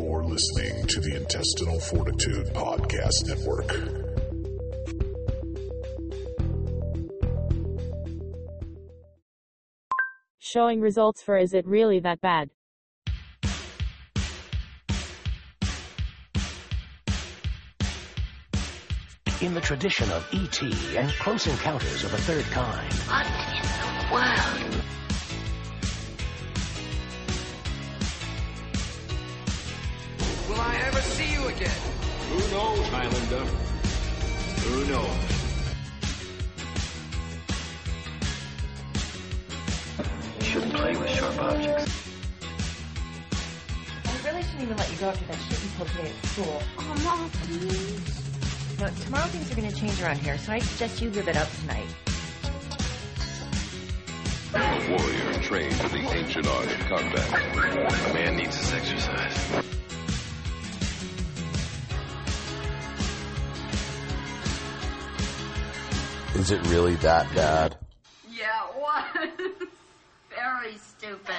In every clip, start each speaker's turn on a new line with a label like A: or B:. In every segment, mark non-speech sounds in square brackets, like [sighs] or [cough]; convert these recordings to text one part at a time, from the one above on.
A: listening to the Intestinal Fortitude Podcast Network.
B: Showing results for Is It Really That Bad?
C: In the tradition of E.T. and Close Encounters of the Third Kind,
D: What in the world?
E: Will I ever see you again?
F: Who knows, Highlander? Who knows?
D: Shouldn't play with sharp objects.
G: I really shouldn't even let you go after that shit you pulled today at school. Oh, Mom, please. No, tomorrow things are going to change around here, so I suggest you give it up tonight.
H: A warrior trained for the ancient art of combat. A man needs his exercise.
I: Is it really that bad?
D: Yeah, it was. [laughs] Very stupid.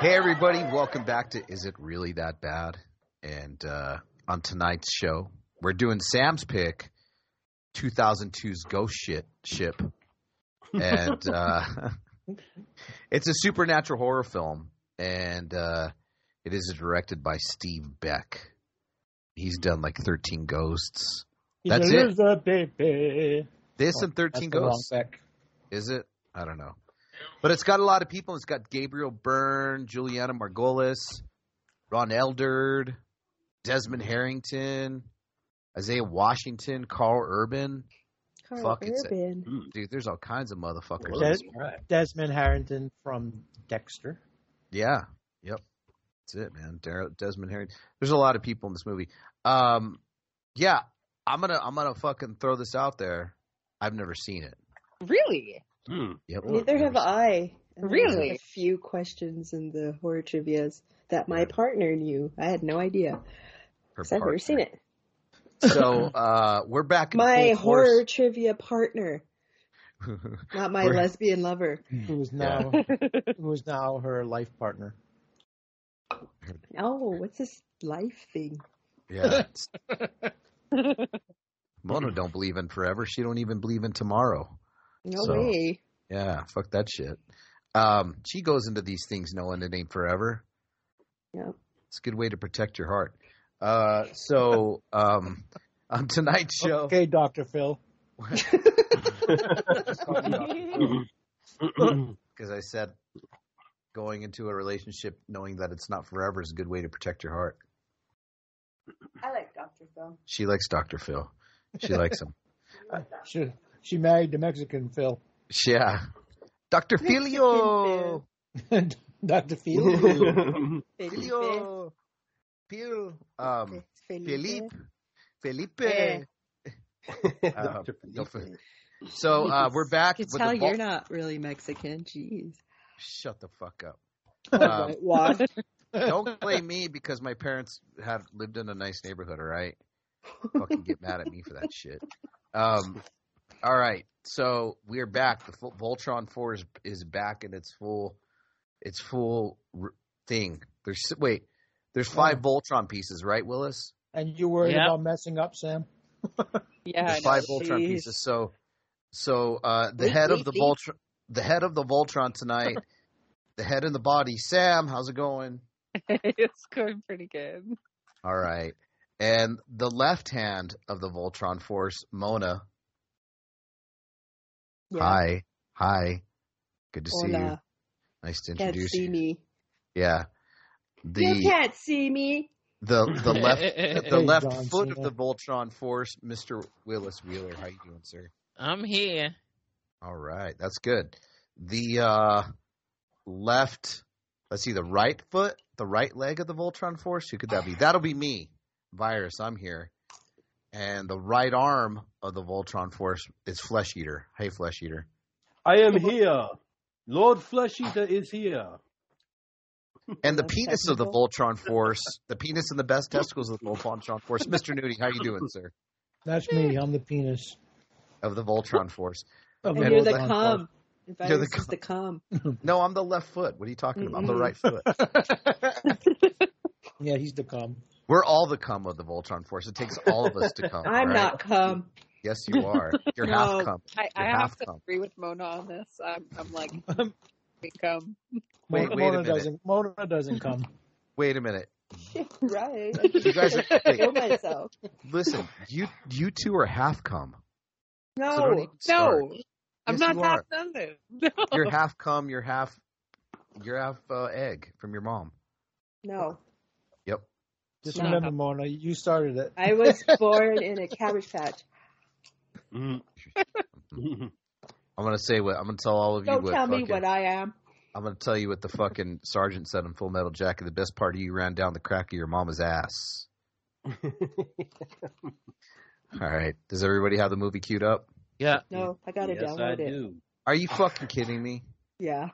J: Hey, everybody, welcome back to Is It Really That Bad? And uh, on tonight's show, we're doing Sam's pick 2002's Ghost Shit Ship.
K: [laughs]
J: And uh, [laughs] it's a supernatural horror film, and uh, it is directed by Steve Beck. He's done like 13 Ghosts. That's it.
K: a baby. Oh,
J: This and 13
K: That's the wrong
J: Ghosts.
K: pick.
J: Is it? I don't know. But it's got a lot of people. It's got Gabriel Byrne, Juliana Margolis, Ron Eldard, Desmond Harrington, Isaiah Washington, Carl Urban. Fuck, it's a- Dude, there's all kinds of motherfuckers.
K: Des- Desmond Harrington from Dexter.
J: Yeah. Yep. That's it, man. Dar- Desmond Harrington. There's a lot of people in this movie. Um, yeah, I'm gonna I'm gonna fucking throw this out there. I've never seen it.
L: Really?
F: Hmm.
J: Yep.
M: Neither have I. And there's
L: Really?
M: A few questions in the horror trivia's that my partner knew. I had no idea.
J: Her
M: 'cause I've never
J: partner.
M: seen it.
J: So uh, we're back. in
M: My
J: full
M: horror
J: force.
M: trivia
J: [laughs]
M: partner, not my
J: We're-
M: lesbian lover.
K: Who is now who is now her life
F: [laughs]
K: partner.
M: Oh, what's this life thing?
J: Yeah. [laughs] Mona don't believe in forever. She don't even believe in tomorrow.
M: No
J: So-
M: way.
J: Yeah, fuck that shit. Um, she goes into these things knowing it ain't forever.
M: Yep.
J: It's a good way to protect your heart. Uh, so um, on tonight's show,
K: Okay, Doctor Phil.
J: because I said going into a relationship knowing that it's not forever is a good way to protect your heart.
M: I like Dr. Phil.
J: She likes Dr. Phil. She likes him.
K: She, she married the Mexican Phil. [laughs]
J: Yeah. Dr. Filio.
N: [laughs]
K: Doctor Phil.
M: Felipe. Um,
J: Filio. Phil. Um, Felipe.
M: Felipe.
J: Felipe.
M: Eh.
J: Um, no, Fe- so uh, we're back.
M: You
J: with
M: can tell
J: the ball-
M: you're not really Mexican. Jeez.
J: Shut the fuck up. Um, [laughs]
M: Whitewash.
J: don't blame me because my parents have lived in a nice neighborhood. All right, fucking get mad at me for that shit. Um, all right, so we're back. The full, Voltron Four is is back in its full, its full r- thing. There's wait, there's five Voltron pieces, right, Willis?
K: and you worried
L: Yeah.
K: about messing up, Sam?
L: Yeah. I
J: There's
L: know.
J: five
M: [laughs]
J: Voltron
L: Jeez.
J: pieces. So, so uh, the
L: Leak,
J: head of
L: leak,
J: the
L: leak.
J: Voltron, the head of the Voltron
M: [laughs]
J: tonight, the head and the body. Sam, how's it going?
L: it's going pretty good.
J: All right. And the left hand of the Voltron force, Mona. Hi. Hi. Good to see you.
M: Hola.
J: Nice to
M: Can't
J: introduce
M: see
J: you.
M: me.
J: Yeah.
M: You
J: The
M: can't see me.
J: the
M: [laughs]
J: the left the
K: Hey,
J: left
K: John
J: foot of
K: Cena.
J: the Voltron force, Mr. Willis Wheeler. How you doing, sir?
L: I'm here.
J: All right. That's good. The uh left let's see the right foot, the right leg of the Voltron force. Who could that be? That'll be me. Virus, I'm here. And the right arm of the Voltron force is Flesh Eater. Hey, Flesh
M: [laughs]
J: Eater.
F: I am here. Lord Flesh Eater is here.
J: And the
M: That's
J: penis of the
M: technical.
J: Voltron force, the penis and the best testicles of the Voltron force. Mr. Nudie, how you doing, sir?
K: That's me. I'm the penis.
J: Of the Voltron force.
K: Of
M: And
J: And
M: you're
J: we'll
M: the
K: Voltron
M: [laughs] cum.
J: You're the
M: Inviting us to come.
J: No, I'm the left foot. What are you talking about? I'm the
M: Mm-mm.
J: right foot.
K: Yeah, he's the cum.
J: We're all the cum of the Voltron Force. It takes all of
M: [laughs]
J: us to come.
M: I'm
J: right?
M: not come.
J: Yes, you
L: [laughs]
J: are. You're half cum.
L: I, I
J: You're
L: have
J: half
L: to
J: cum.
L: agree with Mona on this. Um, I'm, I'm like, we come.
J: Wait,
K: Mona,
J: wait a minute.
K: doesn't. Mona doesn't come.
J: Wait a minute.
M: [laughs] right.
J: You guys
L: [laughs]
J: are- wait.
M: kill myself.
J: Listen, you you two are half cum.
L: No,
J: don't even start.
L: no. I'm
J: Yes,
L: not
J: you
L: half
J: are.
L: nothing. [laughs] No.
J: You're half cum. You're half. You're half uh, egg from your mom.
M: No,
J: Yep.
K: Just
M: No.
K: remember, Mona, you started it.
M: I was
J: [laughs]
M: born in a cabbage patch.
J: I'm gonna say what I'm gonna tell all of you.
M: Don't
J: what
M: tell me
J: fucking-
M: what I am.
J: I'm gonna tell you what the fucking sergeant said in Full Metal Jacket. The best part of you ran down the crack of your mama's ass. All right. Does everybody have the movie queued up?
F: Yeah.
M: No, I gotta download it.
J: Are you fucking kidding me?
M: Yeah.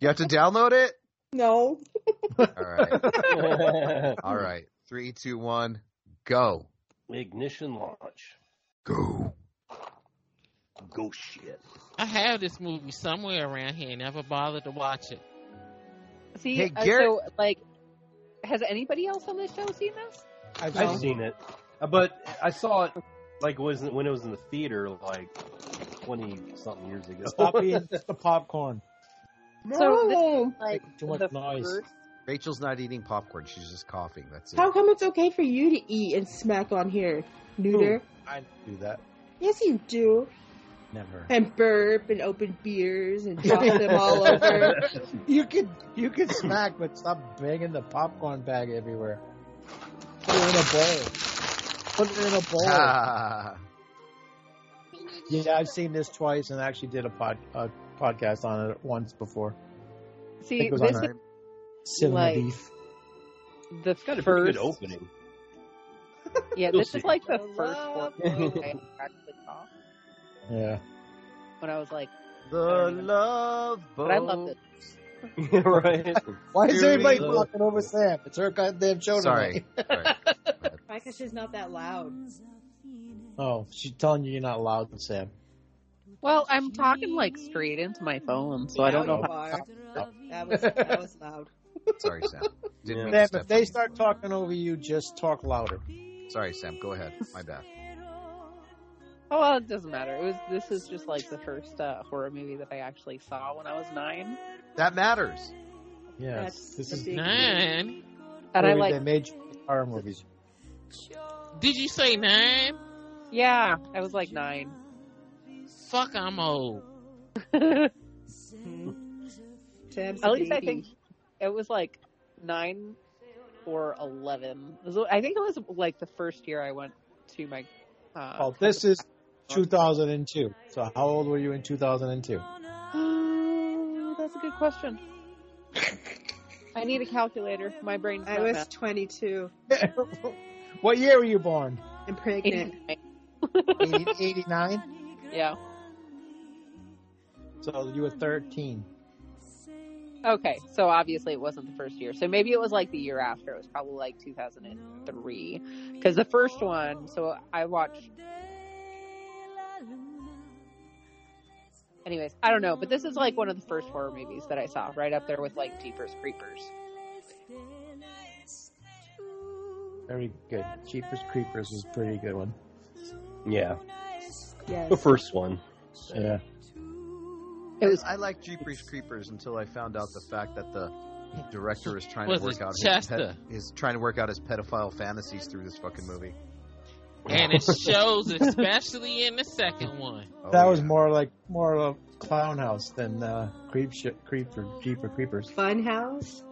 J: You have to download it.
M: No.
J: All right. all right. Three, two, one, go.
F: Ignition launch.
J: Go.
F: Go shit.
N: I have this movie somewhere around here. Never bothered to watch it.
L: See,
N: Hey,
L: uh,
N: Garrett-
L: so like, has anybody else on this show seen this?
F: I've,
L: No.
F: seen it, Uh, but I saw it like it wasn't when it was in the theater like twenty something years ago.
K: Stop [laughs] eating the popcorn.
L: So this is, like
K: Too much
L: the
K: noise.
L: first-
J: Rachel's not eating popcorn. She's just coughing. That's it. [laughs]
M: How come it's okay for you to eat and smack on here, neuter?
J: I do that.
M: Yes, you do.
K: Never.
M: And burp and open beers and drop them
J: [laughs]
M: all over.
K: You could you could smack, but stop banging the popcorn bag everywhere. Put it in a bowl. Put it in a bowl.
J: Ah.
K: Yeah, I've seen this twice, and I actually did a pod a podcast on it once before. I think
L: See,
K: it was
L: this
K: on
L: is
K: Cinema
L: like-
K: Beef.
L: the
F: Got a pretty
L: first.
F: good opening. [laughs]
L: Yeah,
F: You'll
L: this is
F: see.
L: like the first one I actually saw
K: Yeah.
L: when I was like,
J: The love boat.
L: but I loved it.
F: right.
K: Why is
J: Dude,
K: everybody
J: it-
K: talking over Sam? It's her goddamn show
J: Sorry. Sorry.
M: Why? Because she's not that loud.
K: Oh, she's telling you you're not loud, Sam.
L: Well, I'm talking like straight into my phone, so I don't
M: Now
L: know.
M: you
L: How...
M: are. That was that was loud.
J: Sorry, Sam. Didn't mean to
K: Sam,
J: step
K: if they start talking over you, just talk louder.
J: on- Sorry, Sam. Go ahead. My bad.
L: Oh, well, it doesn't matter. It was. This is just like the first uh, horror movie that I actually saw when I was nine,
J: That matters.
K: Yes, this
M: the
K: is
M: big
N: Nine.
L: and I
K: movies
L: like.
K: they made horror movies.
N: Did you say nine?
L: Yeah, I was like nine.
N: Fuck, I'm old.
L: At
M: Sam's
L: least I
M: baby.
L: think it was like nine or eleven. It was- I think it was like the first year I went to my. Uh,
K: Well, this is 2002. So how old were you in 2002?
L: Oh, that's a good question. I need a calculator. My brain's
M: I
L: not
M: was
L: math.
M: 22
K: [laughs] what year were you born?
M: and pregnant.
K: 80, 89.
L: Yeah.
K: So you were 13.
L: Okay. So obviously it wasn't the first year. So maybe it was like the year after. It was probably like 2003. Because the first one, so I watched. Anyways, I don't know, but this is like one of the first horror movies that I saw, right up there with like Jeepers Creepers.
K: Very good. Cheapest Creepers is a pretty good one.
F: Yeah,
M: Yes.
F: the first one.
K: Yeah.
L: It was
J: I like Jeepers Creepers until I found out the fact that the director is trying
N: Was
J: to
N: it
J: work out his
N: Chester?
J: pet, is trying to work out his pedophile fantasies through this fucking movie.
F: [laughs]
N: And it shows, especially in the second one.
J: Oh,
K: that was
J: yeah.
K: more like more of a clown house than uh, creep shit, creep or Jeep or creepers.
M: Funhouse.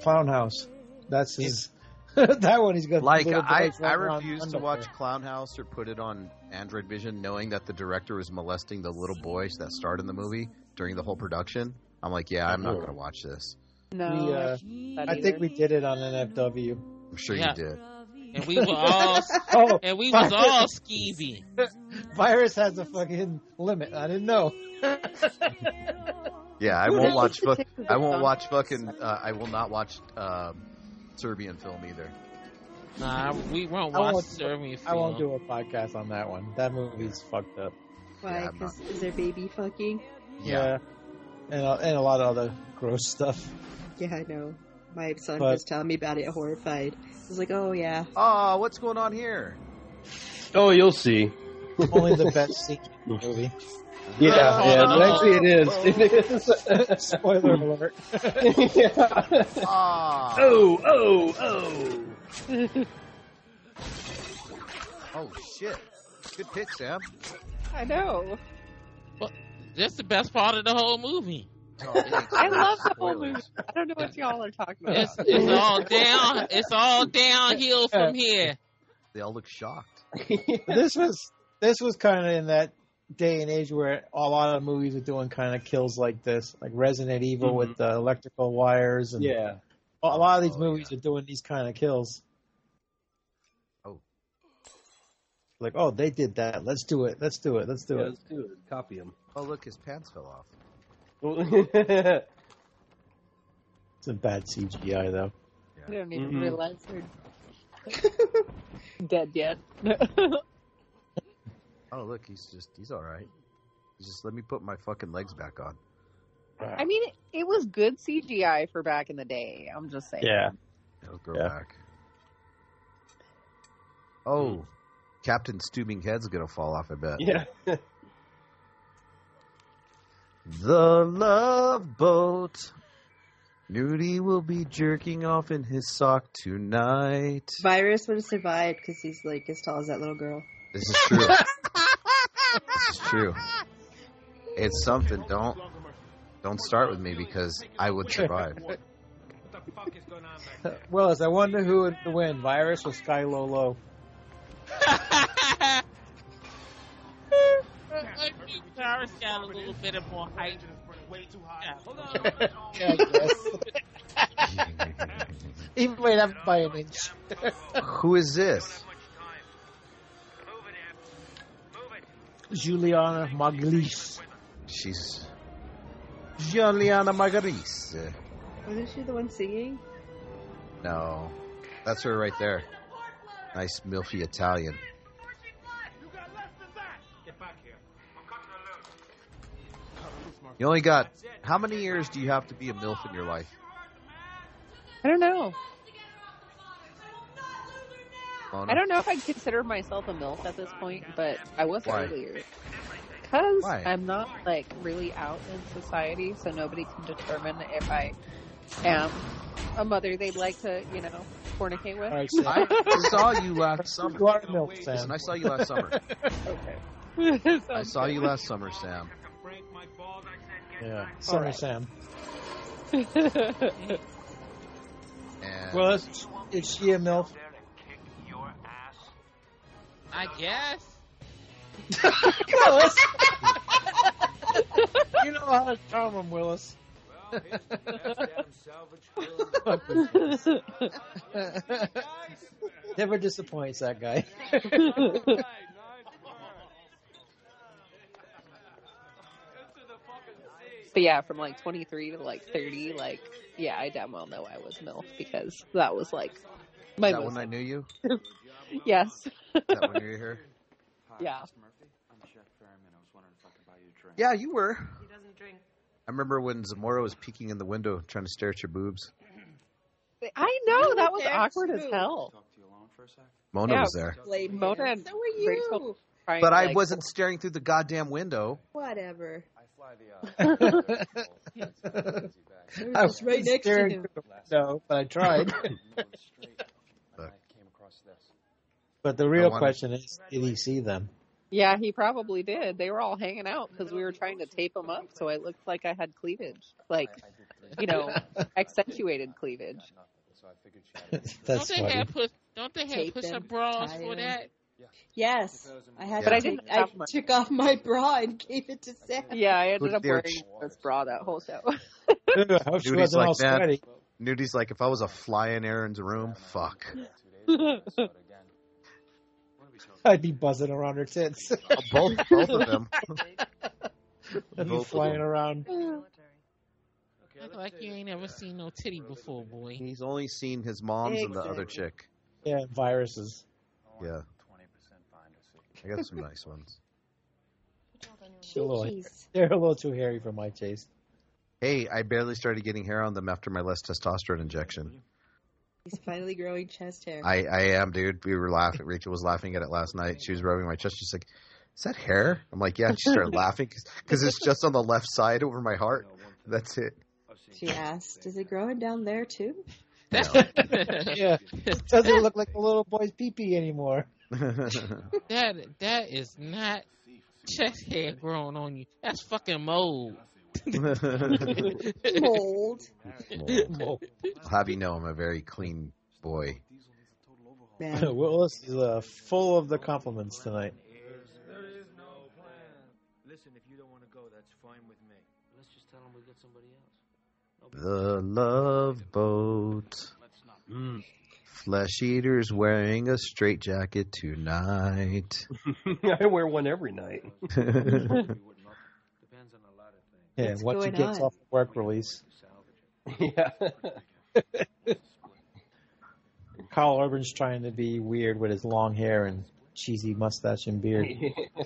K: Clown house. That's his. [laughs] that one he's got.
J: like
K: little
J: I,
K: boys
J: I
K: running around
J: refuse to
K: underwear.
J: watch Clown House or put it on Android Vision, knowing that the director was molesting the little boys that starred in the movie during the whole production. I'm like, yeah, I'm not gonna watch this.
L: No,
K: We, uh,
L: not
K: I think we did it on NFW.
J: I'm sure
N: Yeah.
J: you did.
N: And we were
F: [laughs]
N: all,
K: [laughs] Oh,
N: and we was all skeevy.
K: virus has a fucking limit. I didn't know.
J: Yeah, I
L: Who
J: won't
L: knows [laughs]
J: watch.
L: the
J: Fu-
L: Texas
J: I won't
L: song?
J: watch fucking. Uh, I will not watch um, Serbian film either.
N: Nah, we won't
K: I
N: watch
K: won't-
N: Serbian film.
K: I won't do a podcast on that one. That movie's fucked up.
M: Why?
J: Yeah, I'm
M: Because is there baby fucking?
K: Yeah. And, a- and a lot of other
F: [laughs]
K: gross stuff.
M: Yeah, I know. My son
K: But-
M: was telling me about it, horrified. I was like, "Oh yeah."
J: Oh, what's going on here?
F: Oh, you'll see.
K: Only the best scene in the movie.
F: Yeah,
K: [laughs]
F: yeah.
K: Oh.
F: Actually, it is. It is.
K: [laughs]
F: [laughs]
K: Spoiler alert.
F: Oh, oh, oh.
J: Oh shit! Good pick,
L: [laughs]
J: Sam.
L: I know.
N: That's the best part of the whole movie.
J: Oh,
L: I love the whole movie. I don't know
N: [laughs]
L: what y'all are talking about.
N: It's, it's
L: [laughs]
N: all down. It's all downhill from here.
J: They all look shocked.
K: this was this was kind of in that day and age where a lot of movies are doing kind of kills like this, like Resident Evil
F: Mhm.
K: with the electrical wires and
F: Yeah. Oh,
K: A a lot of these movies are doing these kind of kills.
J: Oh.
K: Like, oh, they did that. Let's do it. Let's do it. Let's do
F: Yeah,
K: it.
F: let's do it. Copy him.
J: Oh look, his pants fell off.
K: [laughs] It's a bad CGI though.
L: I don't even
K: Mhm.
N: Mm-hmm.
L: realize
K: [laughs]
L: they're dead yet.
J: Oh look, he's just he's all right. He's just let me put my fucking legs back on.
L: I mean, it, it was good CGI for back in the day. I'm just saying.
J: It'll grow back. Oh, Captain Stooping Head's gonna fall off. I bet.
F: Yeah.
J: The love boat. Nudie will be jerking off in his sock tonight.
M: Virus would have survived because he's like as tall as that little girl.
J: This is true. it's true. It's something. Don't don't start with me because I would survive.
K: Willis, I wonder who would win, Virus or Sky Lolo?
N: Uh, uh, Tyrus got a little bit of more height.
K: Yeah, I guess. [laughs] he might have by an inch.
J: Who is this?
K: Juliana Maglish.
J: She's Giuliana Margaris.
M: Wasn't she the one singing?
J: No, that's her right there. Nice milfy Italian. You only got how many years do you have to be a milf in your life?
L: I don't know.
J: Mona?
L: I don't know if I consider myself a MILF at this point, but I was
J: Why?
L: earlier. Because
J: Why?
L: I'm not like really out in society, so nobody can determine if I am a mother they'd like to, you know, fornicate with. [laughs]
K: Alright,
J: I saw you last summer.
K: You are milk,
J: Listen,
K: Sam.
J: I saw you last
L: [laughs]
J: summer. I saw you last summer, Sam.
K: Yeah, Summer
J: Alright.
K: Sam.
J: And
K: Well, is, is she a milf?
N: I guess.
K: Willis, you know how to charm him, Willis. [laughs] Never disappoints that guy.
L: But yeah, from like 23 to like 30, like, yeah, I damn well know I was MILF because that was like
J: is
L: my
J: that
L: most.
J: when I knew
L: [laughs]
J: you?
L: Yes.
J: Is that when you were here?
L: Yeah.
J: Yeah, you were. I remember when Zamora was peeking in the window trying to stare at your boobs.
L: I know, that was awkward as hell.
J: Mona
L: Yeah.
J: was there.
L: Mona and
M: So were you.
L: Rachel trying
J: But
L: to,
J: I
L: like, [laughs]
J: wasn't staring through the goddamn window.
M: Whatever.
K: [laughs] I
M: just right
K: was
M: next to
K: staring
M: him.
K: through the window, but I tried. [coughs] but the
J: I
K: real
J: wanted-
K: question is, did he see them? [laughs]
L: Yeah, he probably did. They were all hanging out because we were trying to tape them up, so it looked like I had cleavage, like you know, accentuated cleavage.
K: That's
N: don't they
K: funny. [laughs]
N: have push? Don't they have
M: Tape
N: push
M: them,
N: up bras
M: tie
N: for Oh,
M: them.
N: that? [laughs]
M: Yes, I had.
J: But
M: to
J: I
M: take-
L: didn't
M: I
L: have my-
M: took off my bra and gave it to Sam.
L: Yeah, I ended
J: Look,
L: up
J: they're
L: wearing
J: ch-
L: this bra that whole show. [laughs]
K: I hope she
J: Dude, he's
K: wasn't
J: like
K: all
J: that.
K: sweaty.
J: Nudie's like, if I was a fly in Aaron's room, fuck.
K: [laughs] I'd be buzzing around her tits.
J: Uh, both, both of them.
K: [laughs] I'd be
J: Both of
K: flying
J: them.
K: around.
N: Act like you ain't ever seen no titty before, boy.
J: He's only seen his mom's and the other chick.
K: Yeah, viruses.
J: Yeah. I got some nice ones.
K: They're a little, they're a little too hairy for my [laughs] taste.
J: Hey, I barely started getting hair on them after my less testosterone injection.
M: He's finally growing chest hair.
J: I, I am, dude. We were laughing. Rachel was laughing at it last night. She was rubbing my chest. She's like, "Is that hair?" I'm like, "Yeah." She started laughing because it's just on the left side over my heart. That's it.
M: She asked, "Is it growing down there too?"
K: yeah, it doesn't look like a little boy's pee pee anymore.
N: That that is not chest hair growing on you. That's fucking
F: [laughs]
N: mold.
M: Mold.
K: Mold.
J: [laughs] I'll have you know, I'm a very clean boy.
K: [laughs]
M: [laughs]
K: Willis is uh, full of the compliments tonight.
O: There is no plan. Listen, if you don't want to go, that's fine with me. Let's just tell him we get somebody else.
J: The love boat.
F: Mm.
K: [laughs]
J: Flesh eaters wearing a straitjacket tonight.
F: [laughs]
J: [laughs]
F: I wear one every night. [laughs]
K: Yeah,
F: What's
K: once he
F: going
K: gets
F: on?
K: off the work release.
F: yeah.
K: Kyle Urban's trying to be weird with his long hair and cheesy mustache and beard.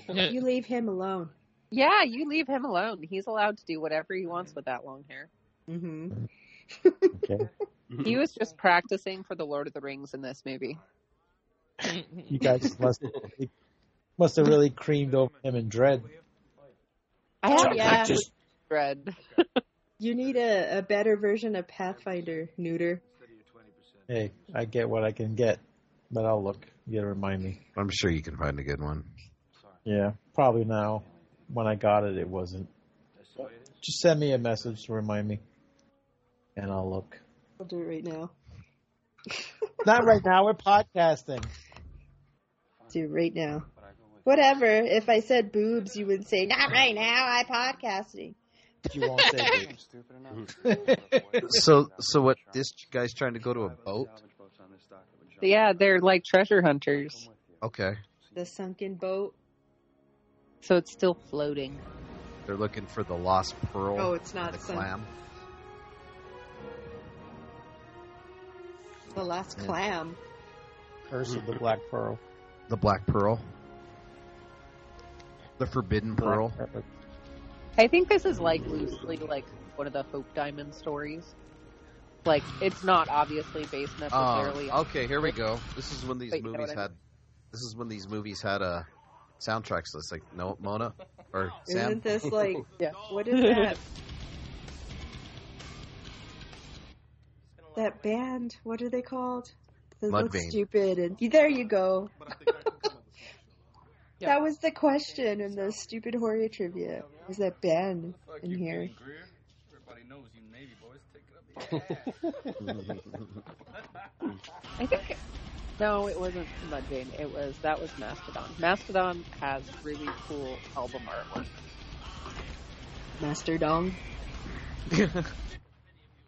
M: you leave him alone.
L: Yeah, you leave him alone. He's allowed to do whatever he wants with that long hair.
M: Mm-hmm.
K: Okay.
L: He was just practicing for the Lord of the Rings in this movie.
K: You [laughs] guys must must have really creamed over him in dread.
L: I
M: have- yeah. Just-
L: Dread.
M: You need a, a better version of Pathfinder, Neuter.
K: Hey, I get what I can get, but I'll look. You gotta remind me.
J: I'm sure you can find a good one.
K: Yeah, probably now. When I got it, it wasn't. Just send me a message to remind me, and I'll look.
M: I'll do it right now.
K: Not right now. We're podcasting.
M: Do it right now. Whatever. If I said boobs, you would say, not right now, I podcasting.
K: You won't say boobs.
J: so, so what? This guy's trying to go to a boat.
L: Yeah, they're like treasure hunters.
J: Okay,
M: The sunken boat.
L: So it's still floating.
J: they're looking for the lost pearl.
M: Oh, it's not
J: the
M: sun-
J: clam.
M: The last
J: Yeah.
M: clam.
K: Curse of the Black Pearl.
J: The black pearl. The forbidden pearl.
L: I think this is like loosely like one of the Hope Diamond stories. Like it's not obviously based necessarily.
J: Oh, okay, here we go. This is when these
L: Wait, you know
J: movies
L: what I
J: had. This is when these movies had uh, soundtracks. It's like no Mona
L: [laughs]
J: or Sam.
M: Isn't
J: [laughs]
M: this like,
L: Yeah.
M: what is that? that band, what are they called? They look
J: Mudvayne.
M: stupid. And there you go. [laughs] That was the question in the stupid horror trivia. Was that band in here?
L: I think no, it wasn't Mudvayne. It was that was Mastodon. Mastodon has really cool album artwork.
M: Master Dong.
J: this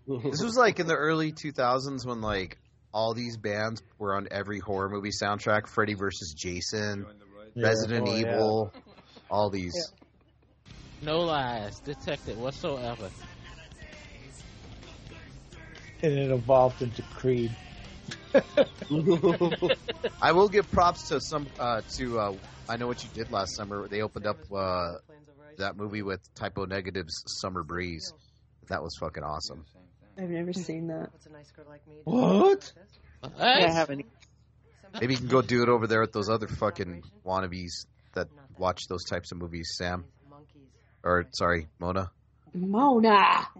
J: was like in the early 2000s when like all these bands were on every horror movie soundtrack. Freddy versus Jason,
N: Yeah,
J: Resident
N: oh, yeah. [laughs]
J: Evil, all these.
N: No lies detected whatsoever.
K: And it evolved into Creed.
J: I will give props to some uh, to uh, I know what you did last summer. They opened up uh, that movie with Typo Negative's Summer Breeze. That was fucking awesome.
M: I've never seen that.
P: What's a nice girl like me? do?
J: What?
L: Yeah, I haven't. e-
J: Maybe you can go do it over there with those other fucking wannabes that watch those types of movies, Sam. Or sorry, Mona.
M: Mona.
J: [laughs]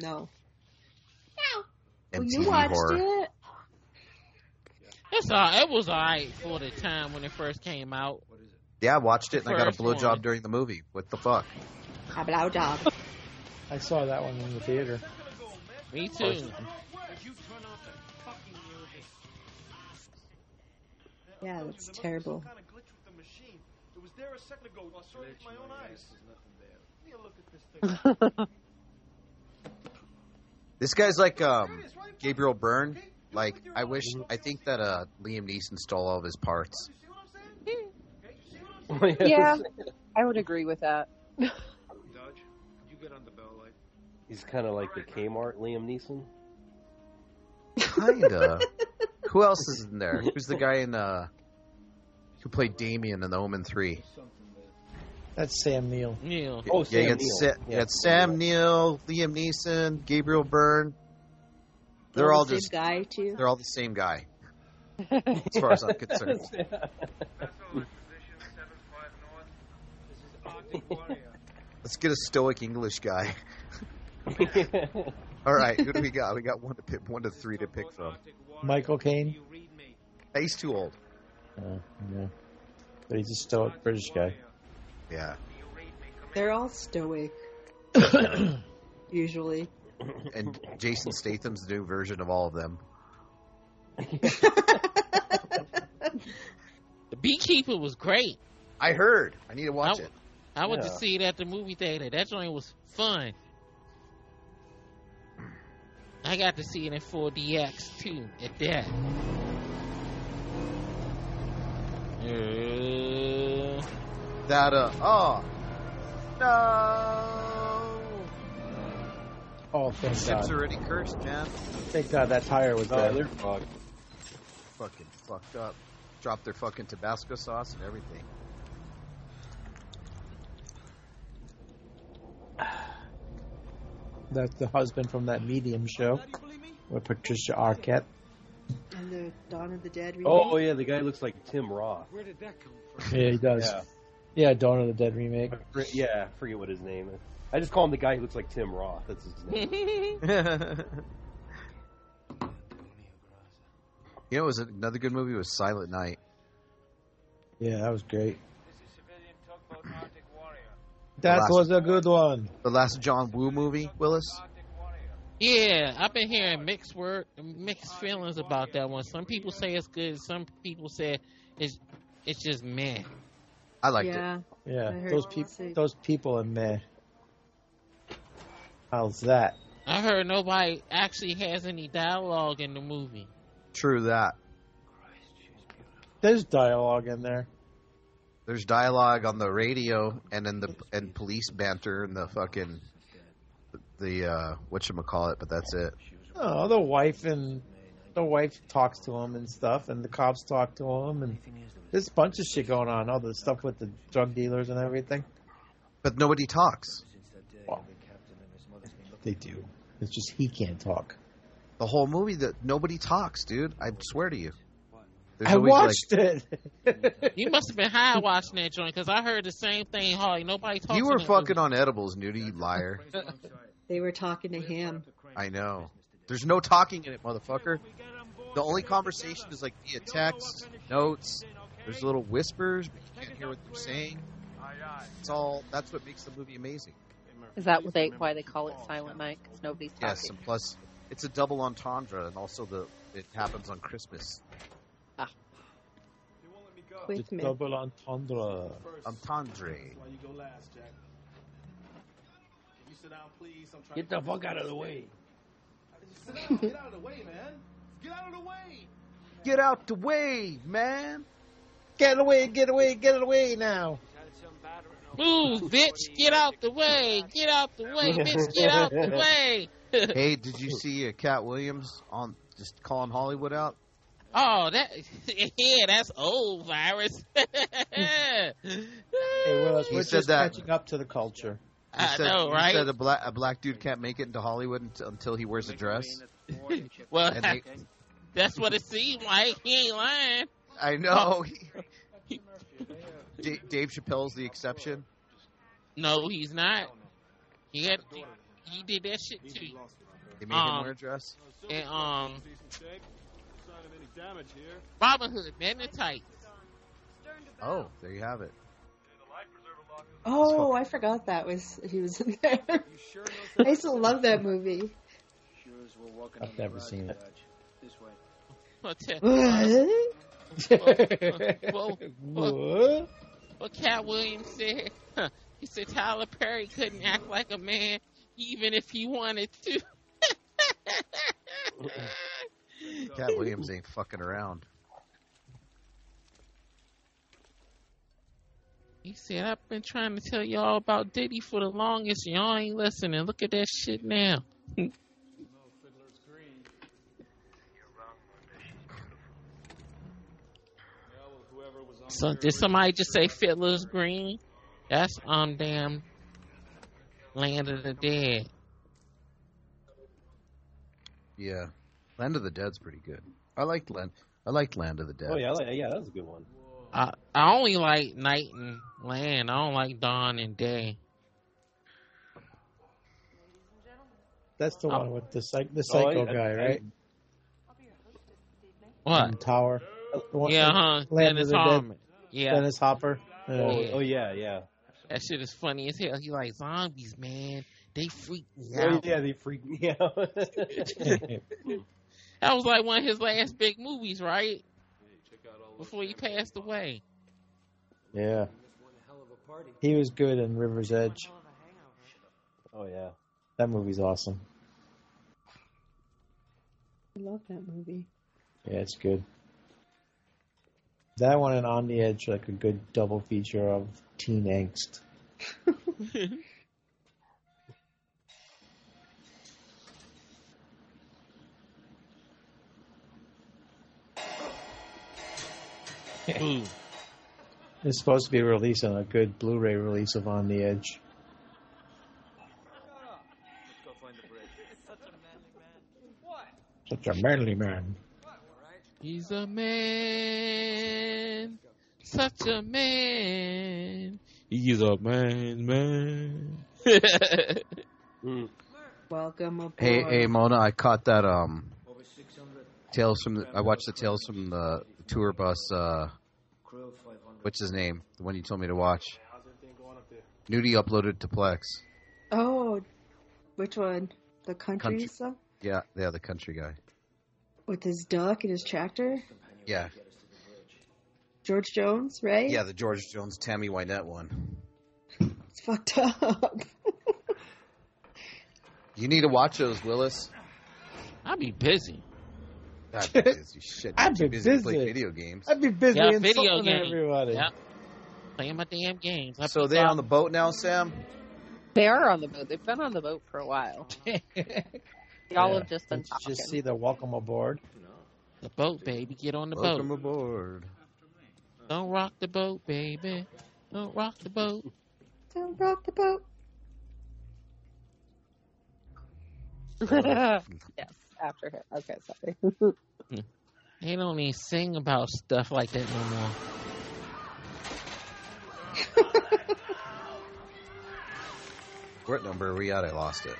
M: No. Oh,
J: MTV
N: Oh, you watched
J: horror.
M: it?
N: It's all, it was alright for the time when it first came out.
J: Yeah, I watched it and I got a
N: First
J: blowjob
N: one.
J: during the movie. What the fuck?
M: A blowjob.
K: I saw that one in the theater.
N: Me too.
M: Yeah, that's terrible.
O: It was there a second ago. I saw it with my own eyes. There's nothing there. Give me a look at this thing.
J: This guy's like um, Gabriel Byrne. Like I wish I think that uh, Liam Neeson stole all of his parts.
L: Yeah, [laughs] I would agree with that.
O: Dodge, you get on the bell light.
F: He's kind of like the Kmart Liam Neeson.
N: [laughs]
J: Kinda. Who else is in there? Who's the guy in uh who played Damien in the Omen Three?
K: That's Sam Neill.
N: Neill.
K: Oh,
J: yeah, you
K: Sam
J: got,
K: Neill.
J: Sa- you
K: Yeah.
J: got Sam Neill, Liam Neeson, Gabriel Byrne. They're all
M: the same
J: just
M: guy too.
J: they're all the same
M: [laughs]
J: guy, as far as I'm concerned. Let's get a stoic English guy. [laughs]
F: [laughs]
J: all right, who do we got? We got one to pick, one to three to pick from.
K: Michael Caine.
J: Hey, He's too old.
K: Uh, yeah. But he's a stoic British guy.
J: Yeah.
M: They're all stoic.
F: [coughs]
M: Usually.
J: And Jason Statham's the new version of all of them.
N: The Beekeeper was great.
J: I heard. I need to watch it.
N: I went to
J: Yeah.
N: see it at the movie theater. That joint was fun. I got to see it in 4DX too. At that.
J: That uh oh no!
K: Oh, thank
J: Ship's
K: God.
J: already cursed, man.
K: Thank God that tire was
J: Oh,
K: there.
J: they're Fucking fucked up. Dropped their fucking Tabasco sauce and everything.
K: That's the husband from that medium show with Patricia Arquette.
M: And the Dawn of the Dead.
F: Oh, oh
M: remake.
F: yeah, the guy looks like Tim Roth.
M: Where did that come
K: Yeah, he does.
F: Yeah.
K: Yeah, Dawn of the Dead remake.
F: Fr- Yeah, I forget what his name is. I just call him the guy who looks like Tim Roth. That's his name.
J: [laughs] you know, it was another good movie was Silent Night.
K: Yeah, that was great.
J: The
K: That
J: last-
K: was a good one.
J: The last John Woo movie, Willis.
N: Yeah, I've been hearing mixed word, mixed feelings about that one. Some people say it's good. Some people say it's it's just meh.
J: I
K: liked
J: it.
M: Yeah.
K: Yeah,
N: I heard
K: those
N: it
K: people,
N: was a-
K: those people in there. How's that?
N: I heard nobody actually has any dialogue in the movie.
J: True that.
K: There's dialogue in there.
J: There's dialogue on the radio and in the and police banter and the fucking the uh what you call it, but that's it.
K: Oh, the wife and the wife talks to him and stuff, and the cops talk to him, and there's a bunch of shit going on. All the stuff with the drug dealers and everything.
J: But nobody talks.
K: They do. It's just he can't talk.
J: The whole movie that nobody talks, dude. I swear to you.
K: I
J: always, like-
K: watched it.
N: You must have been high watching that joint because I heard the same thing. Harley, nobody talks.
J: You were
N: in that
J: fucking on edibles, nudie, you liar.
M: They were talking to him.
J: I know. There's no talking in it, motherfucker. The only conversation is like via text, notes. There's little whispers, but you can't hear what they're saying. It's all. That's what makes the movie amazing.
L: Is that what they why they call it Silent Night? Because nobody's talking.
J: Yes, and plus, it's a double entendre, and also the it happens on Christmas.
K: It's double entendre.
J: Entendre.
P: Why you go last, Jack? Can you sit down, please? I'm trying
K: Get
P: to-
K: the fuck out of the way.
P: Sit down. Get out of the way, man. Get out of the way.
J: Get out the way, man.
K: Get away, get away, get away now.
N: Move, bitch! Get out the way! Get out the way, bitch! Get out the way!
J: hey, did you see uh, Cat Williams on just calling Hollywood out?
N: Oh, that [laughs] yeah, that's old virus. [laughs]
K: Hey, Willis,
J: He
K: we're
J: said
K: just
J: that-
K: catching up to the culture.
J: He
N: I know,
J: he
N: right?
J: said a black a black dude can't make it into Hollywood unt- until he wears a dress.
N: well,
J: And they-
N: [laughs] that's what it seemed like. He ain't lying.
J: I know. [laughs] Da- Dave Chappelle's the exception.
N: No, he's not. He had he did that shit too.
J: They made him
N: Um,
J: wear a dress.
N: And um,
P: Sign of any damage here.
N: Robin Hood, men in [laughs] tights.
J: Oh, there you have it.
M: Oh, I forgot that was he was in there. [laughs] I used to love that movie.
K: I've never seen it.
N: Well, te-
M: What?
N: well, well, well, Cat Williams said he said Tyler Perry couldn't act like a man even if he wanted to.
J: Cat Williams ain't fucking around.
N: He said, I've been trying to tell y'all about Diddy for the longest. Y'all ain't listening. Look at that shit now. So, did somebody just say Fiddler's Green? That's um damn Land of the Dead.
J: Yeah, Land of the Dead's pretty good. I liked Land. I liked Land of the Dead.
F: Oh yeah, I like- yeah, that was a good one.
N: I I only like night and land. I don't like dawn and day.
K: That's the one with the, psych- the
N: Oh, I-
K: psycho
N: I-
K: guy,
N: I-
K: right?
N: What?
K: In the tower. The one-
N: yeah, huh?
K: Land of
N: Dennis
K: the
N: Hopper.
K: Dead.
N: Yeah.
K: Dennis Hopper. Yeah.
F: Oh yeah, yeah.
N: That shit is funny as hell. He like zombies, man. They freak me
F: Yeah,
N: out.
F: Oh, yeah, they freaked me out.
N: That was like one of his last big movies, right? Before he passed away.
K: Yeah. He was good in River's Edge.
F: oh yeah.
K: That movie's awesome.
M: I love that movie.
K: Yeah, it's good. That one and On the Edge, like a good double feature of teen angst. It's supposed to be releasing a good Blu-ray release of On the Edge.
O: Let's go find the bridge. Such a manly man.
K: Such
N: He's
K: a manly man.
N: a man, such a man. He's a man, man.
M: Welcome aboard.
J: Hey, hey, Mona, I caught that. Um, Tales from the, I watched the Tales from the tour bus. Uh, what's his name? The one you told me to watch. Nudie uploaded to Plex.
M: Oh, which one? The country,
J: Country.
M: stuff
J: Yeah, yeah, the country guy.
M: with his duck and his tractor.
J: Yeah,
M: George Jones, right?
J: yeah, the George Jones, Tammy Wynette one.
M: it's fucked up. [laughs]
J: You need to watch those, Willis.
N: I'll be busy. [laughs]
J: God, you're busy shit.
N: I've
J: You're
N: been
J: busy to play
N: busy.
J: video games.
K: I'd be busy
N: yeah, video
K: insulting
N: game.
K: everybody.
N: Yep. Playing my damn games. I
J: So
N: be
J: they're
N: gone.
J: on the boat now, Sam.
L: They are on the boat. They've been on the boat for a
N: [laughs]
L: while. Y'all
K: Yeah.
L: have just been
K: Didn't you
L: talking.
K: just see the welcome aboard.
N: The boat, baby. Get on the
J: Welcome
N: boat.
J: aboard.
N: Don't rock the boat, baby. Don't rock the boat.
M: Don't rock the boat.
L: yes, after him. Okay, sorry.
N: They don't even sing about stuff like that no more.
J: What number are we at? I lost it.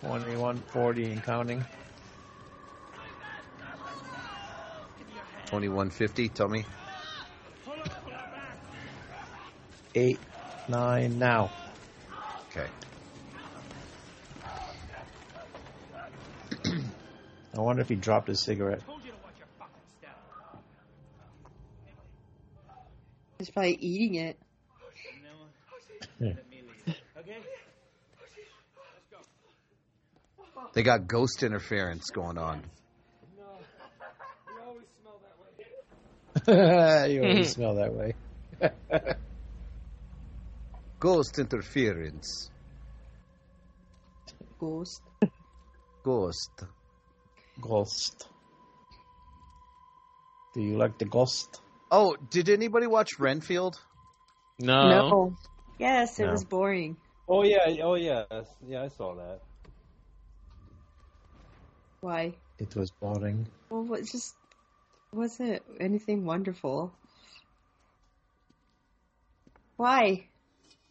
K: Twenty-one forty and counting.
J: Twenty-one fifty. Tell me.
K: Eight, nine now.
J: Okay.
K: I wonder if he dropped his cigarette. [laughs]
M: He's probably eating it.
K: Yeah.
J: They got ghost interference going on.
K: you
N: [laughs]
K: always smell that way.
J: Ghost interference.
M: Ghost.
J: Ghost.
K: Ghost. Do you like the ghost?
J: Oh, did anybody watch Renfield?
N: No.
M: Yes, it
K: No.
M: was boring.
F: Oh yeah. Oh yeah. Yeah, I saw that.
M: Why?
K: It was boring.
M: Well, what just wasn't anything wonderful. Why?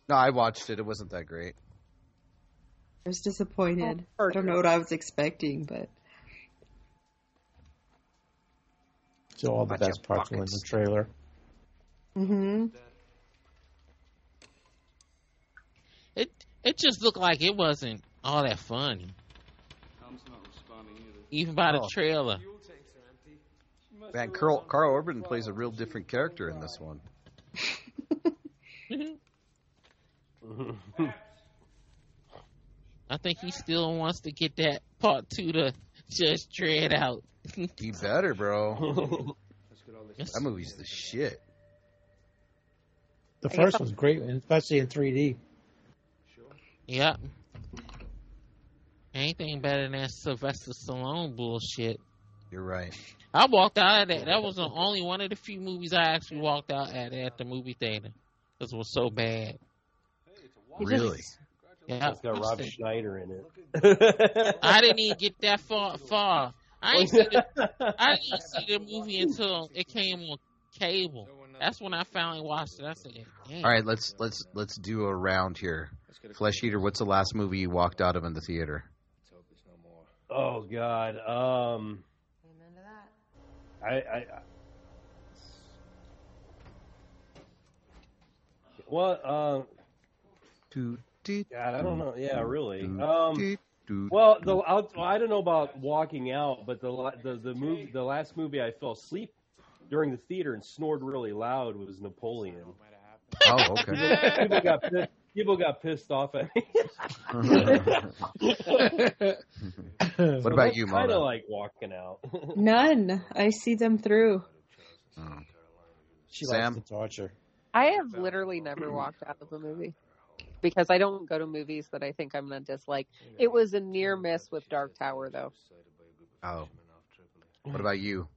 J: No, I watched it. It wasn't that great.
M: I was disappointed. I don't know what I was expecting, but
K: So all the
J: Watch
K: best
J: your
K: parts were in the
J: pockets.
K: trailer.
M: hmm
N: It it just looked like it wasn't all that funny,
O: Tom's not responding either.
N: even by the
J: Oh.
N: trailer.
O: Fuel tanks are empty. She must
J: Man,
O: have
J: Carl,
O: run
J: Carl
O: out
J: Urban
O: of
J: plays a
O: fuel.
J: real different character in this one.
O: Mm-hmm.
N: I think he still wants to get that part two to just dread out.
F: [laughs]
J: He better, bro.
O: Let's get all this
J: That movie's the shit.
K: The first one's great, and especially in 3D.
N: Yep. Anything better than that Sylvester Stallone bullshit.
J: You're right.
N: I walked out of that. That was the only one of the few movies I actually walked out at at the movie theater. This was so bad.
J: Really?
N: Yeah,
F: it's got
N: I'm
F: Rob
N: sick.
F: Schneider in it.
N: I didn't even get that far. far. I didn't see the I didn't see the movie until it came on cable. That's when I finally watched it. I said, "Damn."
J: All right, let's let's let's do a round here. Flesh Eater, what's the last movie you walked out of in the theater?
F: [laughs] Oh God. Um. I, I, I. Well, um. God, I don't know. Yeah, really.
J: Mm.
F: Um. Well, the I'll, I don't know about walking out, but the la- the the movie, the last movie I fell asleep during the theater and snored really loud was Napoleon.
J: Oh,
F: [laughs]
J: okay. [laughs]
F: people got pissed, people got pissed off at me.
J: What about you,
F: Kind
J: Mona?
F: of like walking out.
M: None. I see them through.
J: Oh.
K: She
J: Sam?
K: likes to torture.
L: I have literally never walked out of a movie because I don't go to movies that I think I'm going to dislike. It was a near miss with Dark Tower, though.
J: Oh. What about you,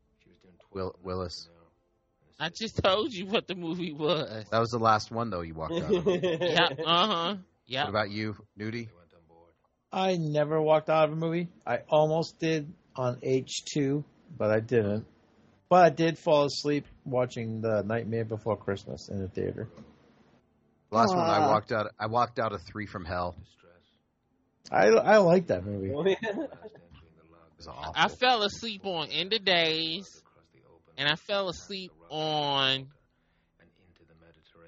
J: Will Willis?
N: I just told you what the movie was.
J: That was the last one though you walked out of.
N: yeah. Uh huh. Yeah.
J: What about you, Nudie?
K: I never walked out of a movie. I almost did on H2, but I didn't. But I did fall asleep watching the Nightmare Before Christmas in the theater.
J: Last one I
K: Aw.
J: walked out. I walked out of Three from Hell.
K: I I like that movie.
J: It was awful.
N: I fell asleep on End of Days, and I fell asleep on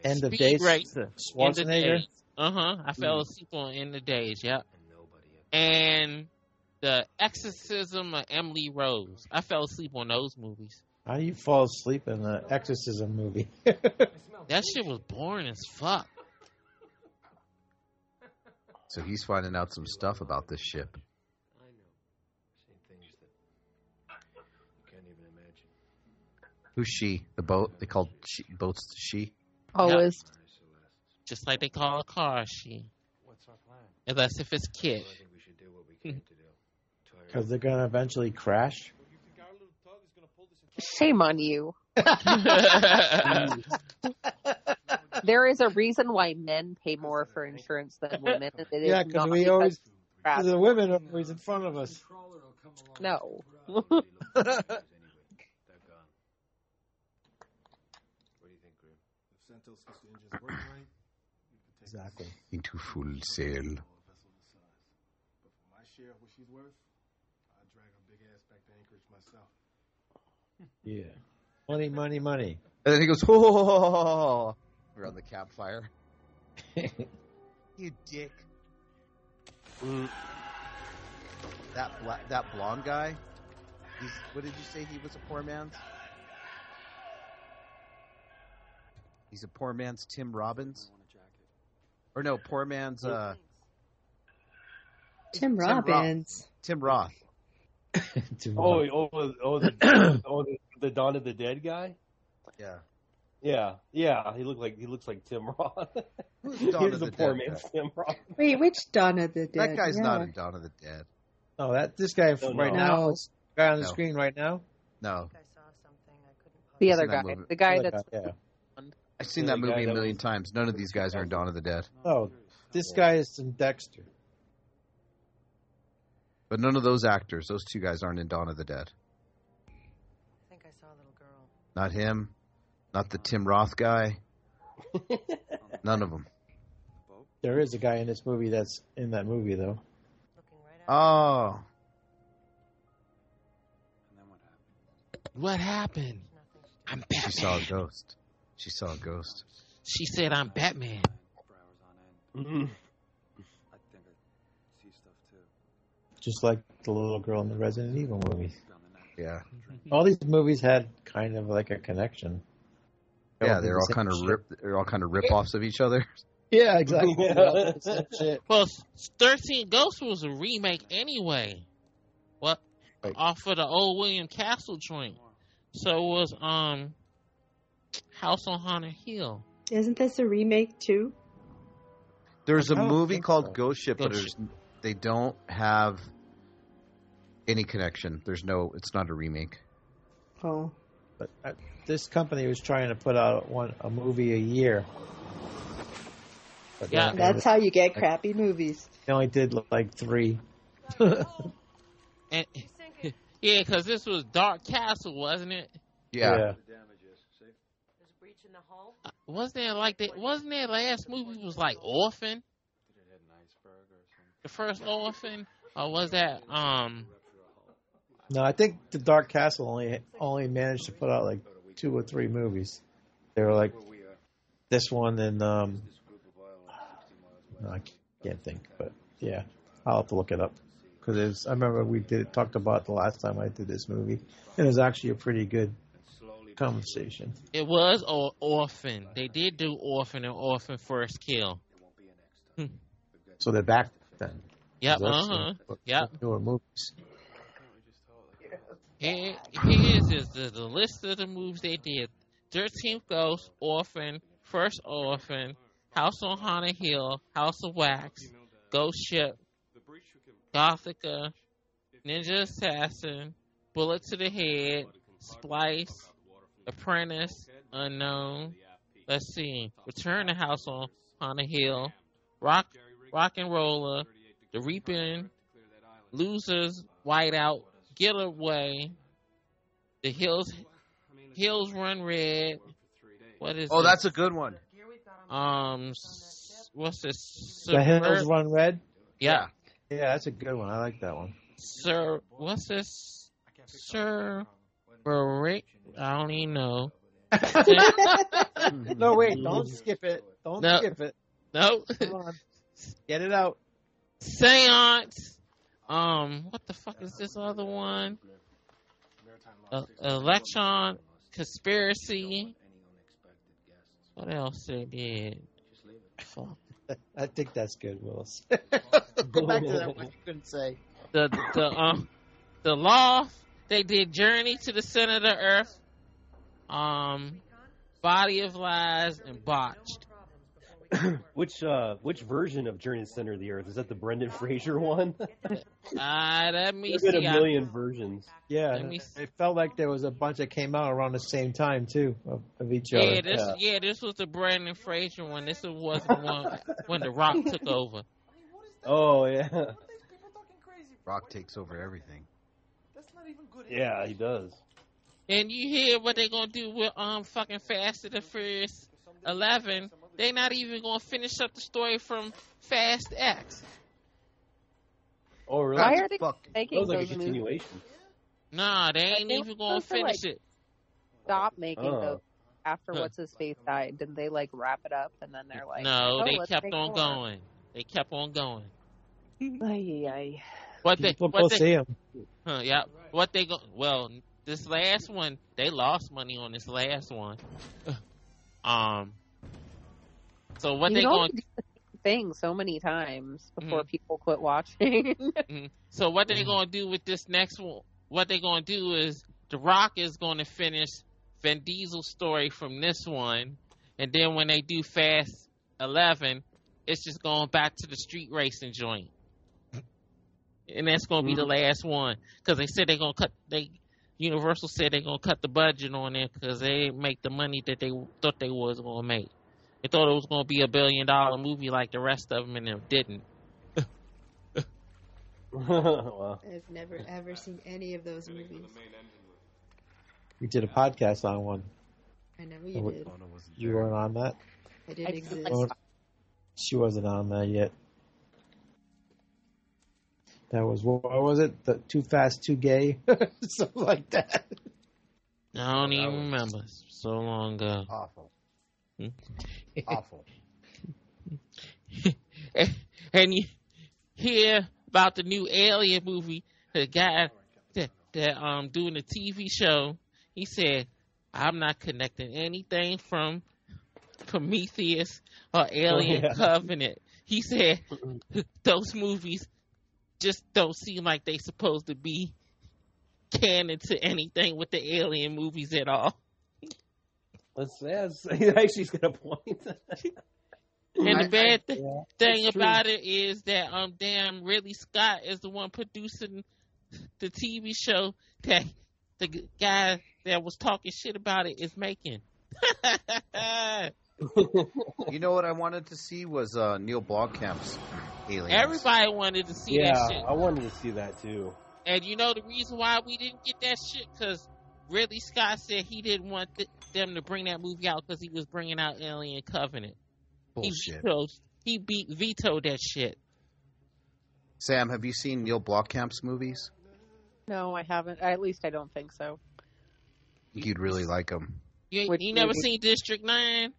K: End of
N: Speed
K: Days.
N: Race.
K: Schwarzenegger.
N: Uh huh. I fell
K: Mm.
N: asleep on End of Days. Yep. And the Exorcism of Emily Rose. I fell asleep on those movies.
K: How do you fall asleep in an exorcism movie? [laughs]
N: That shit was boring as fuck.
J: So he's finding out some stuff about this ship. Who's she? The boat? They called she, boats the she?
L: Always.
N: Just like they call a car she. Unless if it's Kit.
K: Because they're going to eventually crash.
L: Shame on you. There is a reason why men pay more for insurance than women. and It is
K: Yeah, because
L: not
K: we always,
L: crap.
K: the women are always in front of [laughs] us.
L: No. [laughs]
K: Exactly.
J: Into full sail.
P: My share of what she's worth, I drag her big ass back to Anchorage myself.
K: Yeah. Money, money, money. [laughs]
J: And then he goes, [laughs] oh, we're on the campfire. [laughs] you dick. Mm. That bla- that blonde guy. He's, what did you say he was a poor man's? He's a poor man's Tim Robbins. Or no, poor man's uh,
M: Tim
J: Roth.
M: Robbins.
J: Tim Roth.
F: Oh, oh, oh, oh, the, oh the, the Dawn of the Dead guy.
J: Yeah.
F: Yeah, yeah. He looked like he looks like Tim Roth.
J: Who's
F: [laughs] He's
J: Dawn of
F: the,
J: the
F: poor
J: Dead
F: man's
J: guy?
F: Tim Roth.
M: Wait, which Donna the Dead?
J: That guy's
M: Yeah.
J: not in Dawn of the Dead.
K: No, that this guy f-
J: No,
K: right
J: no.
K: now,
J: No.
K: this guy on the
J: No.
K: screen right now.
J: No,
L: The
J: I've
L: other
J: seen
L: guy.
J: that movie.
L: The guy
K: Other
L: that's.
K: guy, yeah.
J: I've seen
K: Yeah,
J: that
K: the guy
J: movie a
K: that
J: million times. None of these guys are in Dawn of the Dead,
K: No, Oh, this guy is in Dexter.
J: but none of those actors, those two guys, aren't in Dawn of the Dead. I think I saw a little girl. Not him. Not the Tim Roth
K: [laughs]
J: guy. none of them.
K: There is a guy in this movie that's in that movie though.
J: Oh,
N: [laughs] What happened? I'm
J: she
N: Batman.
J: saw a ghost. She saw a ghost.
N: She said I'm Batman.
K: Just like the little girl in the Resident Evil movie.
J: Yeah.
K: All these movies had kind of like a connection.
J: Yeah,
K: all
J: they're
K: the
J: all
K: same
J: kind of
K: shit.
J: rip. They're all kind of rip-offs of each other.
K: [laughs] Yeah, exactly.
N: Well, Thirteen Ghosts was a remake anyway. What? Off of the old William Castle joint. So was um House on Haunted Hill.
M: Isn't this a remake too?
J: There's a
M: I don't
J: movie
M: think
J: called
M: so.
J: Ghost Ship, but
N: Ghost
J: there's, they don't have any connection. There's no. It's not a remake.
M: Oh.
K: But uh, this company was trying to put out one a movie a year, But
N: Yeah.
K: they-
M: That's how you get crappy movies.
K: They only did like three. [laughs]
N: And, [laughs] yeah, because this was Dark Castle, wasn't it?
K: Yeah.
N: Wasn't it like that? Wasn't their last movie was like Orphan? The first Orphan, or was that um?
K: No, I think the Dark Castle only only managed to put out like two or three movies. They were like this one and um, no, I can't think, but yeah, I'll have to look it up because I remember we did talked about it the last time I did this movie. It was actually a pretty good conversation.
N: It was or Orphan. They did do Orphan and Orphan First Kill.
K: So they're back then.
N: Yep.
K: Those,
N: Uh huh. Yep.
K: Newer movies.
N: Here, here is is the, the list of the moves they did: Thirteenth Ghost, Orphan, First Orphan, House on Haunted Hill, House of Wax, Ghost Ship, Gothica, Ninja Assassin, Bullet to the Head, Splice, Apprentice, Unknown. Let's see: Return to House on Haunted Hill, Rock, Rock and Roller, The Reaping, Losers, Whiteout, Getaway, The Hills, Hills Run Red. What is?
J: Oh,
N: this?
J: that's a good one.
N: um. s- What's this?
K: The Hills
N: Subver-
K: Run Red.
N: Yeah.
K: Yeah, that's a good one. I like that
N: [laughs]
K: one. [laughs]
N: Sir, what's this? Sir,
M: Uh-huh. [laughs]
N: Beric, I don't even know.
K: [laughs] no, wait, don't skip it. Don't
N: No.
K: skip it.
N: Nope. [laughs]
K: Come on. Get it out.
N: Seance. Um, what the fuck is this other one? Uh, Electron conspiracy. What else they did? Fuck.
K: I think that's good,
F: [laughs]
K: Willis. Go back to that one you couldn't say.
N: the the um the loft. They did Journey to the Center of the Earth, um, Body of Lies, and Botched.
F: [coughs] Which uh, which version of Journey to the Center of the Earth is that? The Brendan Fraser one?
N: [laughs] Ah, let me
F: They did a
N: see. I-
F: million versions.
K: [laughs] Yeah,
N: Let me
K: it felt like there was a bunch that came out around the same time too of, of each other.
N: yeah, this yeah. this was the Brandon Fraser one. This was the one when The Rock took over.
F: Oh yeah, [laughs]
J: Rock takes over everything.
F: yeah, he does.
N: And you hear what they're gonna do with um fucking Fast and the Furious Eleven? They not even gonna finish up the story from Fast X.
F: Oh really?
L: Why are they
J: Fuck.
L: making
F: That was like a
L: those movies?
F: continuation.
N: Nah, they ain't
L: they
N: even
L: were
N: gonna
L: supposed to, like,
N: finish it.
L: Stop making
F: Oh.
L: those after
N: Huh.
L: what's his face died. Did they like wrap it up and then they're like,
N: No,
L: oh,
N: they
L: let's
N: kept
L: make
N: on
L: more.
N: going. They kept on going.
L: [laughs] Ay, ay.
N: What they
K: People
N: what
K: go
N: they
K: see him.
N: huh, yeah. What they go well, this last one, they lost money on this last one. Um so what
L: You
N: they
L: can
N: going
L: only do the same thing so many times before people quit watching. [laughs]
N: Mhm. So what they gonna do with this next one? What they gonna do is The Rock is gonna finish Van Diesel's story from this one, and then when they do Fast Eleven, it's just going back to the street racing joint, and that's gonna be the last one because they said they're gonna cut. They Universal said they're gonna cut the budget on it because they didn't make the money that they thought they was gonna make. They thought it was gonna be a billion dollar movie like the rest of them, and it didn't.
F: [laughs] wow.
M: I've never ever seen any of those movies.
K: We did a podcast on one.
M: I know
J: Oh,
M: you did.
K: You weren't on that.
M: I
L: I
M: didn't
L: just,
M: exist.
L: like,
K: Well, she wasn't on that yet. That was what was it? The too fast, too gay, [laughs] something like that.
N: I don't even remember. So long ago.
J: Awful.
L: Hmm?
J: Awful.
N: and you hear about the new Alien movie. The guy that, that um doing the TV show, he said, "I'm not connecting anything from Prometheus or Alien
F: Oh, yeah.
N: Covenant." He said, "Those movies just don't seem like they supposed to be canon to anything with the Alien movies at all."
F: That's, that's [laughs] actually's got a point.
N: And the bad th-
F: Yeah,
N: thing
F: it's true.
N: about it is that um damn Ridley Scott is the one producing the TV show that [laughs] the g- guy that was talking shit about it is making.
J: you know what I wanted to see was uh, Neil Blomkamp's Aliens.
N: Everybody wanted to see
F: yeah,
N: that shit.
F: I wanted to see that too. [laughs]
N: And you know the reason why we didn't get that shit? Because Ridley Scott said he didn't want th- them to bring that movie out because he was bringing out Alien Covenant. He
J: Bullshit.
N: vetoed, he be- vetoed that shit.
J: Sam, have you seen Neil Blomkamp's movies?
L: No, I haven't. At least I don't think so.
J: I think You'd really like them.
N: You,
L: Which
N: you never
L: movie?
N: seen District 9?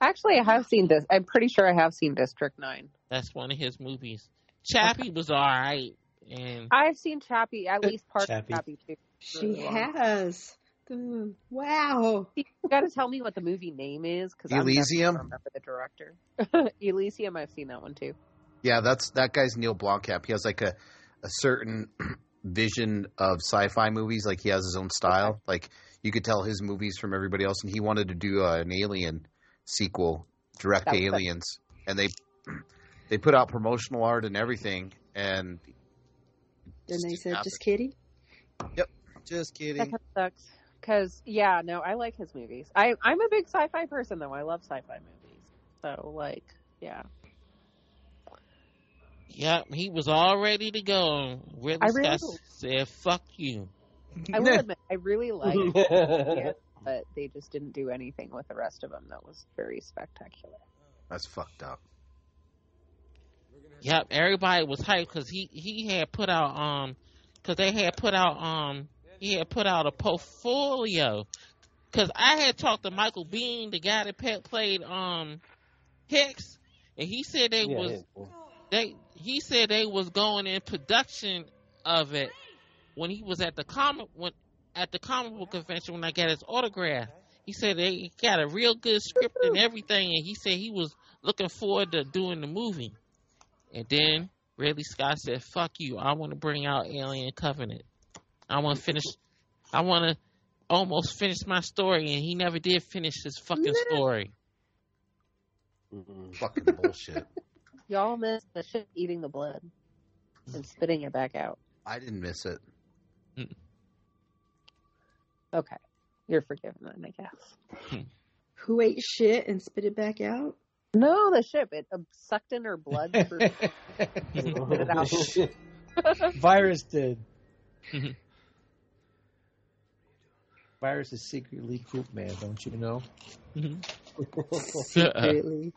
L: Actually, I have seen this. I'm pretty sure I have seen District 9.
N: That's one of his movies. Chappie was alright. And
L: I've seen Chappie, at least part
N: Chappie.
L: of Chappie too.
M: She
L: um,
M: has. Mm, Wow.
L: You gotta tell me what the movie name is because
J: Elysium?
L: I remember the director. [laughs] Elysium, I've seen that one too.
J: Yeah, that's that guy's Neil Blomkamp. He has like a a certain [clears throat] vision of sci-fi movies. Like he has his own style. Like you could tell his movies from everybody else, and he wanted to do uh, an Alien sequel, direct
L: That was it.
J: Aliens, and they [clears throat] they put out promotional art and everything, and
M: Then they said,
J: happen.
M: just kidding.
J: just
L: That
J: kidding.
L: kind of sucks. Because yeah, no, I like his movies. I I'm a big sci-fi person though. I love sci-fi movies. So like, yeah,
N: yep, he was all ready to go. Ridley
L: I
N: Scott
L: really-
N: said, fuck you.
L: I will admit I really like. But they just didn't do anything with the rest of them that was very spectacular.
J: That's fucked up.
N: Yep, everybody was hyped because he he had put out um because they had put out um he had put out a portfolio because I had talked to Michael Bean, the guy that pe- played um Hicks, and he said they
F: Yeah,
N: was
F: yeah, yeah.
N: they he said they was going in production of it when he was at the comic when at the comic book convention when I got his autograph. He said they got a real good script and everything, and he said he was looking forward to doing the movie. And then Ridley Scott said, "Fuck you! I want to bring out Alien Covenant. I want to finish. I want to almost finish my story." And he never did finish his fucking story.
J: Fucking bullshit. [laughs]
L: Y'all miss the shit eating the blood and spitting it back out.
J: I didn't miss it.
L: Okay, you're forgiven then, I guess.
M: Who ate shit and spit it back out?
L: No, the ship it um, sucked in her blood.
K: [laughs]
L: Through... Spit it out.
K: Virus did.
N: Mhm.
K: [laughs] Virus is secretly Coop Man, don't you know?
N: [laughs]
J: Uh-huh.
N: Uh-uh.
M: Secretly.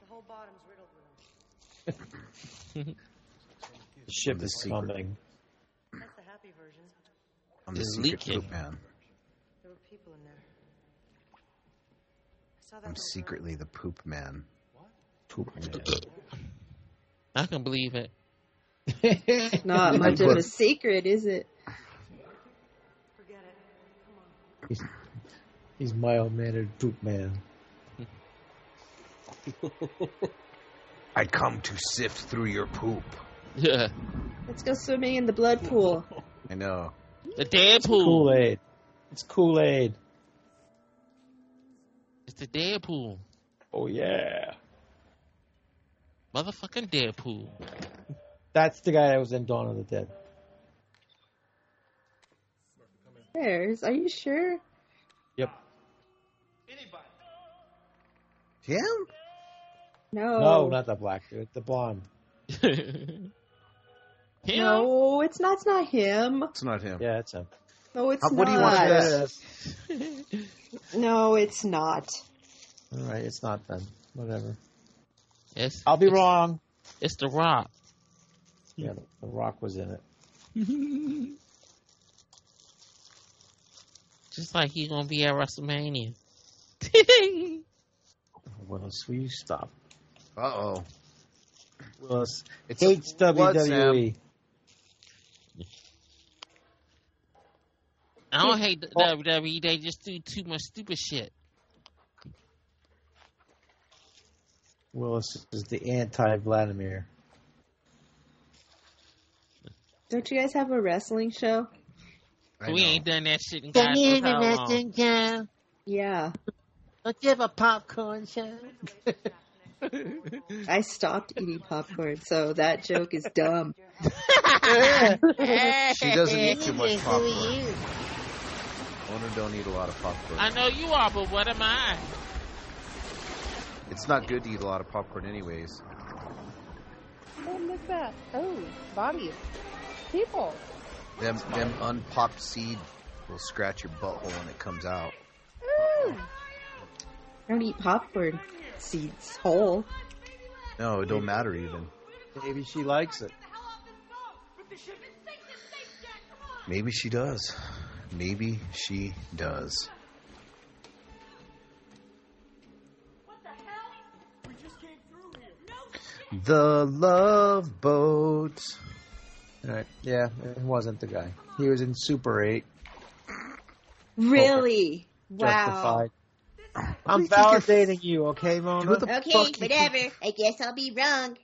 K: The ship
J: The
K: is
J: secret.
K: coming.
Q: That's the happy version.
J: I'm the
N: It's
J: secret
N: leaking.
J: poop man.
Q: There were people in there. I saw that
J: I'm
Q: little
J: secretly the poop man. Poop man.
N: I can believe it. [laughs]
M: It's
J: [laughs]
M: Not much of a secret, is it?
K: He's, [laughs] he's mild mannered Poop Man.
J: I come to sift through your poop.
N: Yeah,
M: Let's go swimming in the
F: [laughs]
M: blood pool.
J: I know.
N: the Deadpool.
K: Kool Aid. It's Kool Aid.
N: It's the Deadpool.
K: Oh yeah.
N: Motherfucking Deadpool. [laughs]
K: That's the guy that was in Dawn of the Dead.
M: There's. Are you sure?
K: Yep.
J: Him?
M: No.
K: No, not the black dude. The blonde.
N: Him?
M: No, it's not. It's not him.
J: It's not him.
K: Yeah, it's him.
M: No, it's
J: How-
M: not.
J: what do you want for that?
M: No, it's not. [laughs]
K: All right, it's not then. Whatever.
N: It's,
K: I'll be
N: it's-
K: wrong.
N: It's the Rock.
K: Yeah, the, the Rock was in it.
N: Just like he gonna be at WrestleMania.
K: Willis, will you stop?
J: Uh oh.
K: Willis
J: It's
K: hates
J: blood,
K: [laughs] WWE.
N: I don't hate the
K: Oh.
N: WWE. They just do too much stupid shit.
K: Willis is the anti Vladimir.
M: Don't you guys have a wrestling show?
J: I
N: we
J: know.
N: ain't done that shit in God knows how long.
M: Yeah,
Q: Let's have a popcorn show.
M: [laughs] I stopped eating popcorn, so that joke is dumb.
J: She doesn't eat too much popcorn. Owner don't eat a lot of popcorn.
N: I know you are, but what am I?
J: It's not good to eat a lot of popcorn, anyways.
L: Oh, look at that. Oh, bodies. People.
J: Them them unpopped seed will scratch your butthole when it comes out.
M: Ooh. Don't eat popcorn seeds whole.
J: No, it don't matter even.
K: Maybe she likes it.
J: Maybe she does. Maybe she does. The love boat.
K: All right. Yeah, it wasn't the guy. He was in Super 8.
M: Really? Wow.
K: Justified.
M: [laughs]
K: I'm validating you, okay, Mona?
M: okay, whatever. I guess I'll be wrong.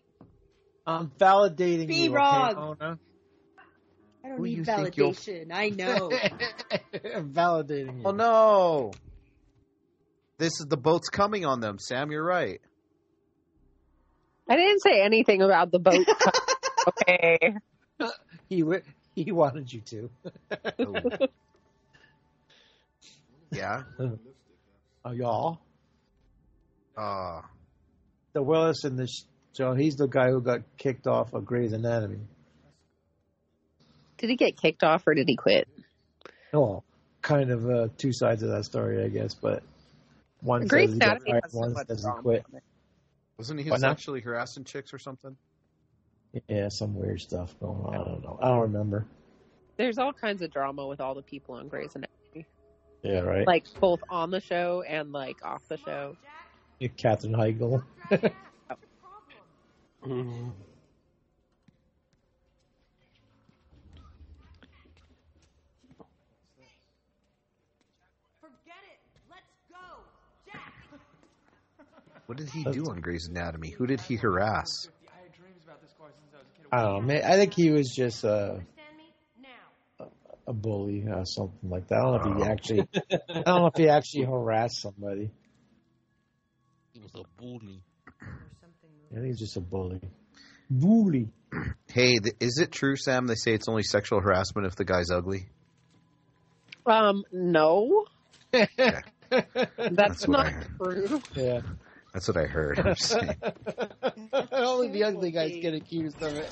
K: I'm validating
M: Be
K: you,
M: wrong.
K: okay, Mona? [laughs]
M: I don't
K: Who
M: need
K: you think you'll-
M: validation.
K: [laughs]
M: I know.
K: I'm validating you.
J: Oh no! This is the boat's coming on them, Sam. You're [laughs] right.
L: I didn't say anything about the [laughs] boat. okay.
K: He wa- he wanted you to.
J: Oh. Yeah.
K: Oh, y'all.
J: Uh,
K: The Willis in this show, he's the guy who got kicked off of Grey's Anatomy.
L: Did he get kicked off or did he quit?
K: Oh, kind of uh, two sides of that story, I guess. But one
L: Grey's
K: says he got
L: Anatomy
K: fired,
L: has so
K: one
L: much
K: says
L: drama
K: he quit.
J: Wasn't he
K: Why not?
J: sexually harassing chicks or something?
K: Yeah, some weird stuff going on. I don't know. I don't remember.
L: There's all kinds of drama with all the people on Grey's Anatomy,
K: Yeah, right.
L: like both on the show and like off the show.
K: Catherine Heigl.
J: What did he do on Grey's Anatomy? Who did he harass?
K: I don't know. man, I think he was just a a bully or something like that. I don't know if he actually. I don't know if he actually harassed somebody.
N: He was a bully.
K: I think he's just a bully. Bully.
J: Hey, th- is it true, Sam? They say it's only sexual harassment if the guy's ugly.
L: Um, no. That's,
J: what I
L: not
J: heard.
L: true.
K: Yeah.
J: That's what I heard. I'm saying.
K: [laughs] Only the ugly guys get accused of it.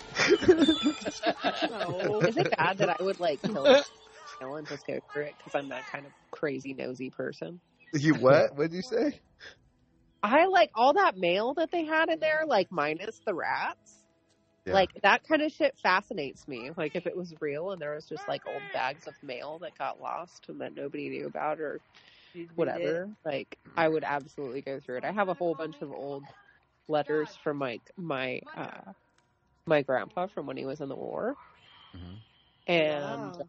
L: No. Is it bad that I would like
J: [laughs]
L: kill a kill and just go for it because I'm that kind of crazy nosy person?
J: [laughs] You what? What did you say?
L: I like all that mail that they had in there, like minus the rats.
J: Yeah.
L: Like that kind of shit fascinates me. Like if it was real and there was just like old bags of mail that got lost and that nobody knew about or whatever, like I would absolutely go through it. I have a whole bunch of old letters from like my uh, my grandpa from when he was in the war, and
M: Wow.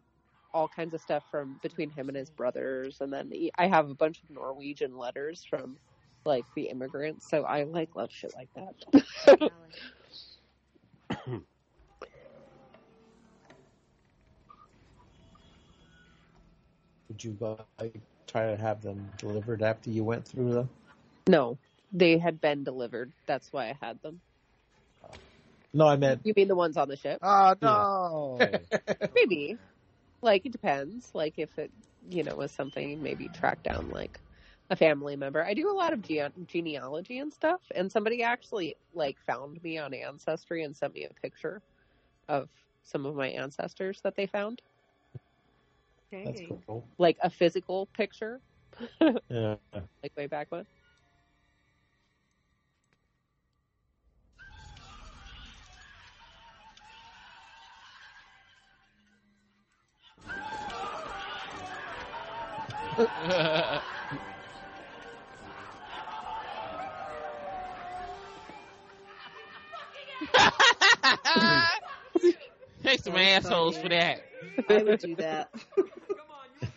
L: all kinds of stuff from between him and his brothers, and then he, I have a bunch of Norwegian letters from like the immigrants. So I like love shit like that.
K: [laughs]
L: [laughs]
O: [laughs]
K: Would you like try to have them delivered after you went through them?
L: No, they had been delivered. That's why I had them.
K: No, I meant
L: You mean the ones on the ship?
J: Oh no.
L: Maybe. Like it depends. Like if it, you know, was something maybe track down like a family member. I do a lot of gean genealogy and stuff, and somebody actually like found me on Ancestry and sent me a picture of some of my ancestors that they found,
K: that's cool.
L: like a physical picture,
K: Yeah.
L: like way back when.
N: [laughs] Take some assholes for that.
M: I would do that.
R: You want to hear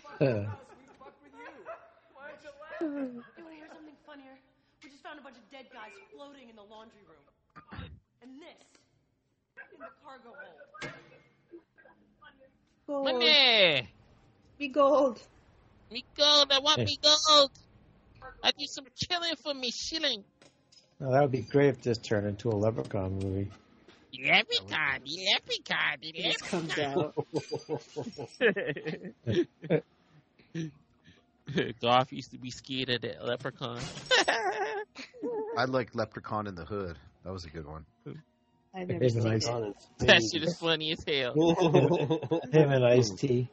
R: something funnier? We just found a bunch of dead guys floating in the laundry room. And this in the cargo hold.
M: Gold.
N: Money.
M: Be gold.
N: Me gold. I want
K: Yeah.
N: me gold. I need some killing for me shilling.
K: No, that would be great if this turned into a Leprechaun movie.
N: Leprechaun. Leprechaun.
M: This
N: Leprechaun.
M: comes out.
N: Garth used to be scared of that leprechaun.
J: I like Leprechaun in the Hood. That was a good one.
M: I've
K: [laughs] It
M: [laughs] never
K: is a
M: seen
K: nice-
M: it.
N: [laughs] That shit
K: [laughs]
N: is funny as hell.
K: Him and Ice T.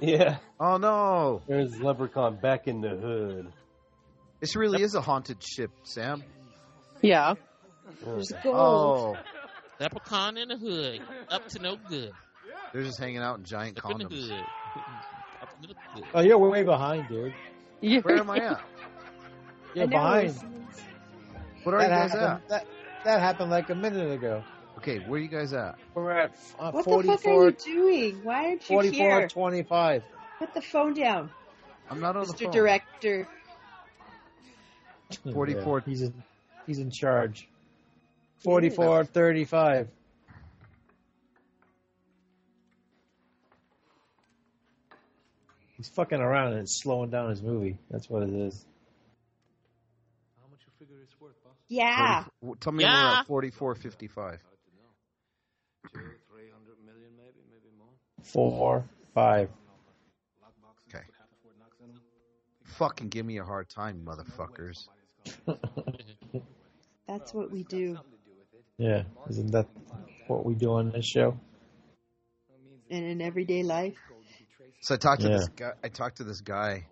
F: Yeah.
J: Oh no.
F: There's Leprechaun back in the hood.
J: This really is a haunted ship, Sam.
L: Yeah.
N: There's
J: Oh,
N: Leprechaun in the hood, up to no good.
J: they're just hanging out in giant
N: Up in the
J: condoms.
N: hood. [laughs] Up to no good.
K: Oh, you're way behind, dude.
J: [laughs] Where am I at?
K: You're
M: I never
K: behind.
M: seen it.
J: What are you guys
K: happened, That, that happened like a minute ago.
J: at? Okay, where are you guys at?
K: We're at uh,
M: What the fuck are
K: 44,
M: you doing? Why aren't you
K: 44
M: here?
K: 25.
M: Put the phone down,
J: I'm not on the
M: Mr.
J: phone.
M: Director.
K: Yeah,
J: 44.
K: he's, in, he's in charge. 44 35. He's fucking around and it's slowing down his movie. That's what it is.
O: How much you figure it's worth, boss?
M: Yeah.
J: W- Tell me
N: Yeah.
J: we're at 4455.
O: Two, three hundred million, maybe, maybe more.
K: Four, five.
J: Okay. Fucking give me a hard time, motherfuckers.
M: That's what we do.
K: Yeah, isn't that what we do on this show?
M: And in everyday life,
J: So I talked to
K: Yeah.
J: this guy. I talked to this guy.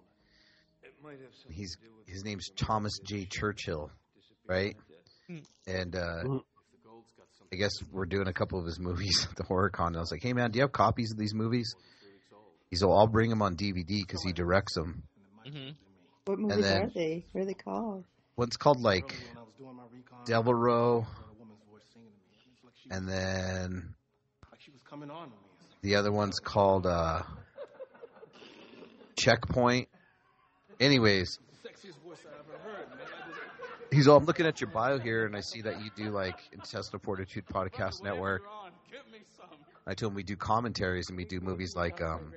J: He's his name's Thomas J. Churchill, right? And uh, I guess we're doing a couple of his movies [laughs] at the horror con. I was like, "Hey man, do you have copies of these movies?" He's all, "I'll bring them on DVD because he directs them."
N: hmm
M: what movies
J: then-
M: are they? What are they called?
J: One's called like Devil Row, and then the other one's called uh, Checkpoint. Anyways, he's all. I'm looking at your bio here, and I see that you do like Intestinal Fortitude Podcast Network. I told him we do commentaries and we do movies like um,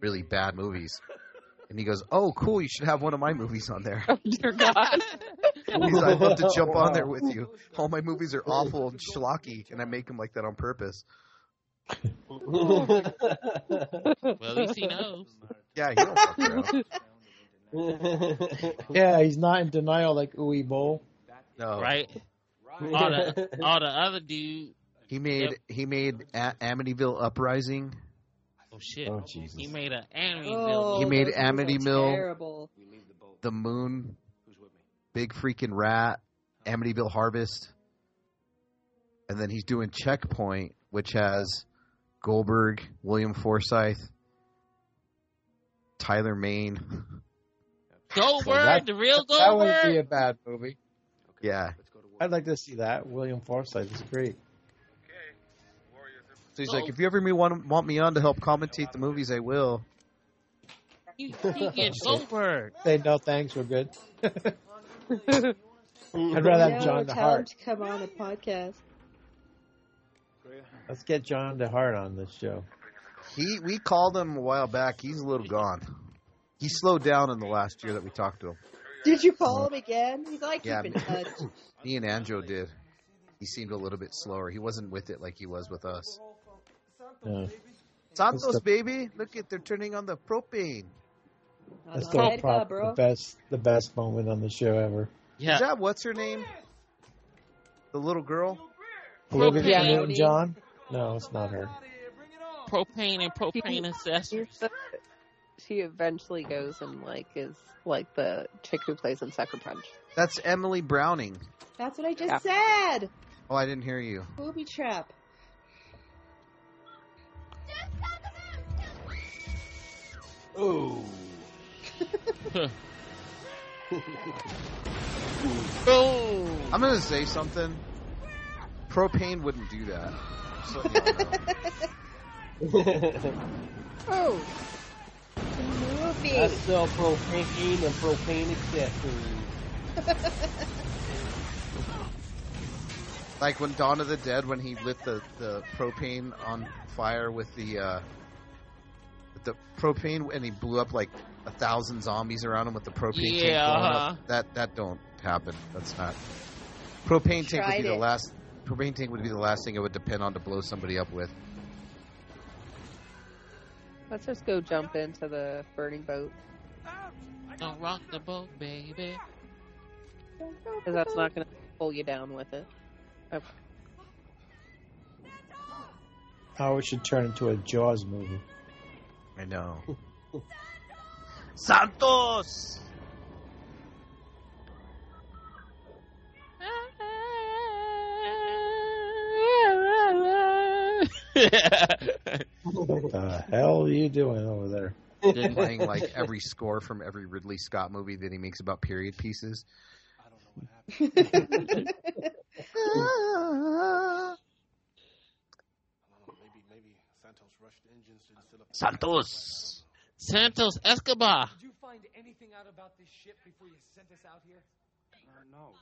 J: really bad movies. And he goes, "Oh, cool! You should have one of my movies on there."
L: Dear God.
J: He's like, I'd love
K: [laughs]
J: to jump on there with you. All my movies are awful and schlocky, and I make them like that on purpose.
N: Well, at least he knows.
J: Yeah, he don't fuck around.
K: Yeah, he's not in denial like Uwe Boll. Oh.
J: No,
N: Right? All
J: [laughs]
N: the, all the other dude.
J: he made he made a- Amityville Uprising.
N: Oh, shit.
K: Oh, Jesus.
N: He made an anime
M: Oh,
J: He made
M: those movies are
J: Amityville.
M: Terrible.
J: The Moon, Big Freaking Rat, Amityville Harvest, and then he's doing Checkpoint, which has Goldberg, William Forsythe, Tyler Maine. [laughs]
N: Goldberg,
K: That-
N: the real
K: That would be
N: Goldberg.
K: [laughs] a bad movie.
J: Yeah,
K: I'd like to see that. William Forsythe is great.
J: so he's like, if you ever me want want me on to help commentate the movies, I will.
N: He, he gets Goldberg.
K: Say no thanks, we're good. [laughs] I'd rather have
M: No,
K: John
M: tell him
K: DeHart.
M: to come on a podcast.
K: Let's get John DeHart on this show.
J: He we called him a while back. He's a little gone. He slowed down in the last year that we talked to him.
M: Did you call him again? He's like,
J: Yeah,
M: keep in
J: me-
M: touch.
K: [laughs]
J: Me and Andrew did. He seemed a little bit slower. He wasn't with it like he was with us.
K: Yeah.
J: Santos,
K: That's the-
J: baby, look at they're turning on the propane.
K: That's
M: All
K: the,
M: right,
K: prob-
M: bro.
K: the best the best moment on the show ever.
N: Yeah.
J: Is that what's her name? The little girl.
K: Olivia
N: Propane.
K: Newton John? No, it's not her.
N: Propane and propane accessories.
L: She's the- she eventually goes and like is like the chick who plays in Sucker Punch.
J: That's Emily Browning.
M: That's what I just said.
J: Oh, I didn't hear you.
M: Booby trap.
F: oh.
N: Boom.
J: I'm gonna say something. Propane wouldn't do that. Just letting y'all know.
M: Oh,
K: [laughs]
M: movie.
F: I sell propane and propane accessories.
J: Like when Dawn of the Dead, when he lit the, the propane on fire with the uh, with the propane, and he blew up like a thousand zombies around him with the propane tank
N: Yeah,
J: blowing
N: uh-huh.
J: up. That that don't happen. That's not propane tank would
M: Tried
J: be the
M: it.
J: last. Propane tank would be the last thing it would depend on to blow somebody up with.
L: Let's just go jump into the burning boat.
N: [laughs] Don't rock the boat, baby.
L: Because that's not going to pull you down with it. Okay.
K: Oh, it should turn into a Jaws movie.
J: I know.
K: Santos! what the hell are you doing over there?
J: playing like every score from every Ridley Scott movie that he makes about period pieces. Santos.
N: Santos Escobar.
O: Did you find anything out about this ship before you sent us out here? no.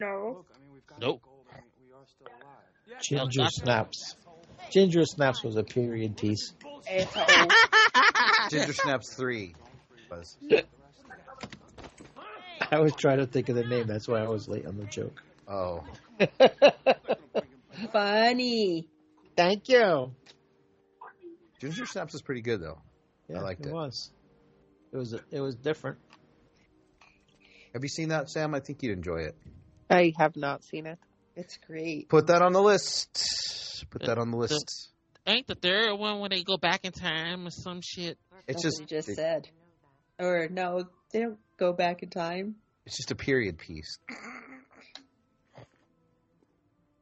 M: No.
O: I mean, we've got
N: Nope.
O: gold. I mean, we are still alive.
K: Ginger Snaps. Ginger Snaps was a period piece.
M: [laughs]
J: Ginger Snaps 3. Was.
K: I was trying to think of the name. That's why I was late on the joke. [laughs]
J: Oh.
M: Funny.
K: Thank you.
J: Ginger Snaps is pretty good, though. I liked it.
K: It was. It was. It was different.
J: Have you seen that, Sam? I think you'd enjoy it.
L: I have not seen it.
M: It's great.
J: Put that on the list. Put that on the list.
N: Ain't the third one when they go back in time or some
K: [laughs]
N: shit?
J: It's
M: That's
J: just
M: what you just
J: it-
M: said. Or no, they don't go back in time.
J: It's just a period piece.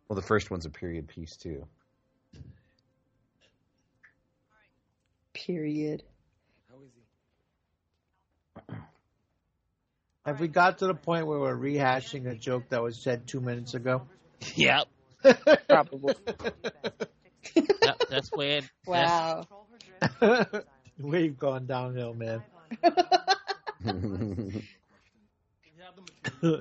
J: Well, the first one's a period piece,
M: [laughs]
J: too.
M: Period.
K: Have we got to the point where we're rehashing a joke that was said two
J: [laughs]
K: minutes ago?
N: Yep.
L: Probably.
O: [laughs]
N: Yep, that's where. that's-
M: Wow.
K: We've gone downhill, man.
P: You have the material, you have the manpower. Why don't you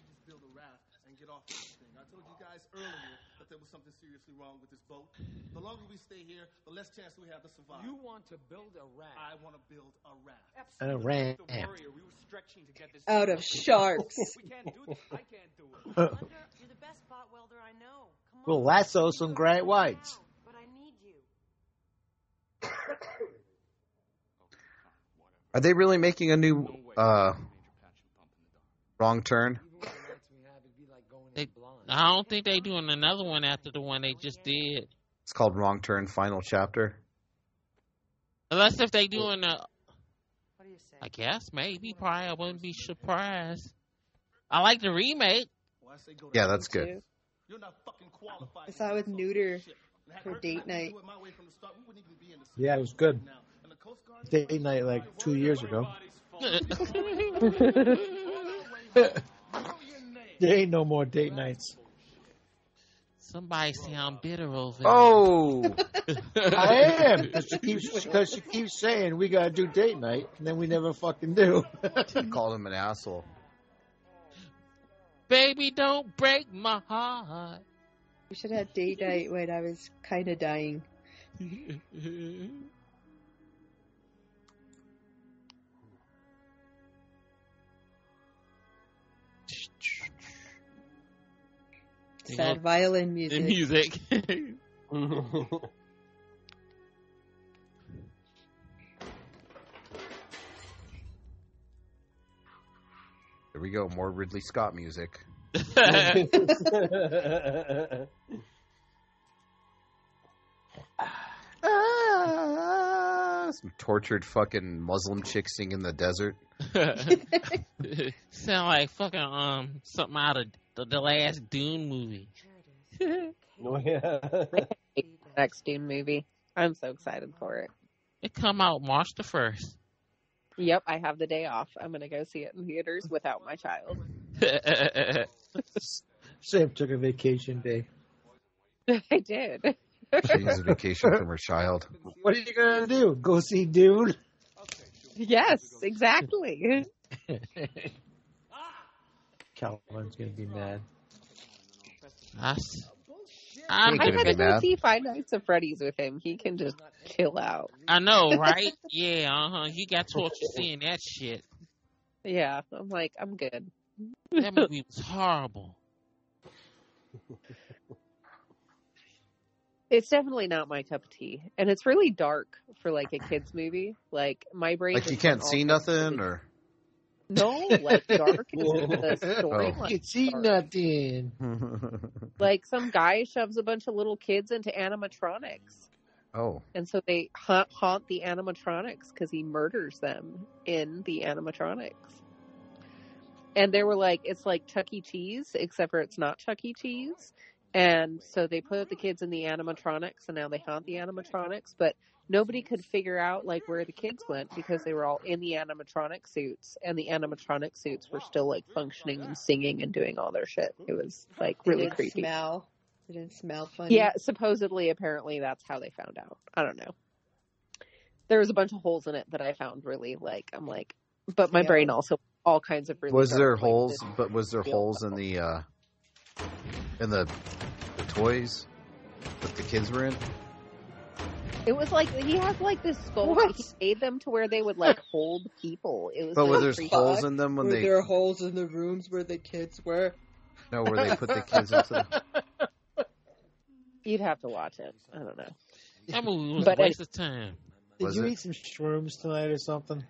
P: just build a raft and get off this thing? I told you guys earlier that there was something seriously wrong with this boat. The longer we stay here, the less chance we have to survive.
O: You want to build a raft.
P: I want to build a raft.
K: A ramp.
O: The warrior. We were stretching to get this.
M: [laughs] Out of sharks.
O: we can't do this. I can't do it.
R: Wonder, you're the best bot welder I know. Come on.
K: We'll lasso some great whites.
R: But I need you.
J: Are they really making a new uh, wrong turn?
N: They, I don't think they doing another one after the one they just did.
J: It's called Wrong Turn Final Chapter.
N: Unless if they doing a,
M: [laughs]
N: I guess maybe probably I wouldn't be surprised. I like the remake. [laughs]
P: Why say go to
J: Yeah, that's good.
P: You're not fucking qualified.
M: [laughs] I saw it with Neuter for date night.
P: My way from the start, we wouldn't even be in this.
K: Yeah, it was good. Date night like two years ago. [laughs] there ain't no more date nights.
J: [laughs]
N: Somebody say I'm bitter over. it.
M: [laughs]
J: Oh,
K: I am because she keeps because she keeps saying we gotta do date night and then we never
J: [laughs]
K: fucking do. [laughs]
J: called him an asshole.
N: baby, don't break my heart.
M: We should have date night when I was kind of dying. Sad violin
N: the
M: music.
N: music.
J: There we go. More Ridley Scott music. Ah, some tortured fucking Muslim chick singing in the desert.
N: [laughs] Sound like fucking um something out of the, the last Dune movie.
F: Oh, yeah.
L: Next Dune movie. I'm so excited for it.
N: It come out March the first. [laughs]
L: Yep, I have the day off. I'm gonna go see it in theaters without my child.
K: Sam took a vacation day.
L: I did.
J: She needs a vacation from her child.
K: What are you gonna do? Go see dude?
L: Yes, exactly.
K: Calvin's gonna be mad.
N: I, am
J: Hey,
L: I
J: gonna
L: had
J: be
L: to go
J: mad.
L: see Five Nights at Freddy's with him. He can just chill out.
N: I know, right? Yeah, uh huh. You got tortured seeing that shit.
L: Yeah, I'm like, I'm good.
N: That movie was horrible.
L: It's definitely not my cup of tea, and it's really dark for like a kids movie. Like my brain,
J: Like you
L: just
J: can't
L: went all
J: see
L: kinds of
J: nothing, or
L: No, like dark is
J: [laughs]
L: the
J: Oh.
L: story.
Q: I can see nothing.
L: Like some guy shoves a bunch of little kids into animatronics,
J: oh,
L: and so they haunt, haunt the animatronics because he murders them in the animatronics. And they were like, it's like Chuck E. Cheese, except for it's not Chuck E. Cheese. And so they put the kids in the animatronics, and now they haunt the animatronics. But nobody could figure out like where the kids went because they were all in the animatronic suits, and the animatronic suits were still like functioning and singing and doing all their shit. It was like
M: They
L: really
M: didn't
L: creepy.
M: Smell. It didn't smell funny.
L: Yeah, supposedly, apparently, that's how they found out. I don't know. There was a bunch of holes in it that I found really like. I'm like, but my
M: Yeah.
L: brain also all kinds of really.
J: was
L: dark,
J: there
L: like,
J: holes?
L: this-
J: But was there holes in the uh, in the, the toys that the kids were in?
L: It was like he has like this skull. He made them to where they would like hold people. It was.
J: But were
L: like,
J: there
L: creepy.
J: holes in them when
M: Were
J: they
M: there holes in the rooms where the kids were?
J: no where they put the kids into? The,
L: You'd have to watch it. I don't know.
N: That movie was
L: But
N: a
L: I-
N: waste of time.
K: Did
J: Was
K: you
J: it?
K: eat some shrooms tonight or something?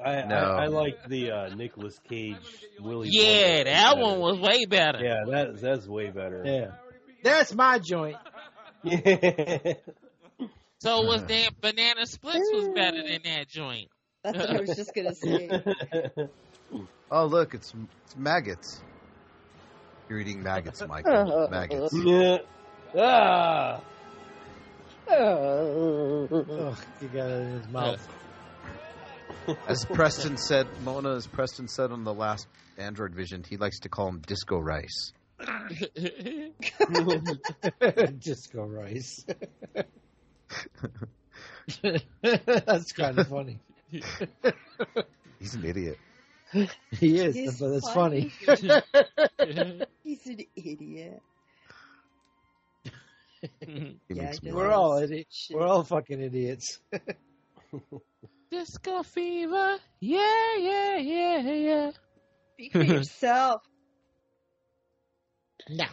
F: I,
J: No.
F: I, I like the uh, Nicolas Cage Willy.
N: Yeah,
F: Wonka
N: that
F: better.
N: one was way better.
F: Yeah, that that's way better.
K: Yeah. That's my joint.
N: So was that Banana Splits was better than that joint. [laughs]
M: That's what I was just
K: [laughs]
M: gonna say.
J: oh look, it's, it's maggots. You're eating maggots, Michael.
L: Oh.
J: maggots.
F: yeah. Ah.
K: Ugh, he got it in his mouth.
J: As Preston said, Mona, as Preston said on the last Android Vision, he likes to call him Disco Rice.
K: [laughs] Disco rice. [laughs] That's kind of funny.
J: He's
F: [laughs]
J: an idiot.
K: He is,
M: He's
K: but it's
M: funny.
K: funny.
M: [laughs] He's an
N: [laughs]
M: idiot.
J: He
M: Yeah,
J: makes
M: I
J: me
M: know.
K: We're
J: laugh.
K: all idiots. We're all [laughs] fucking [laughs] idiots.
N: Disco Fever. Yeah, yeah, yeah, yeah.
M: Speak for yourself.
N: No.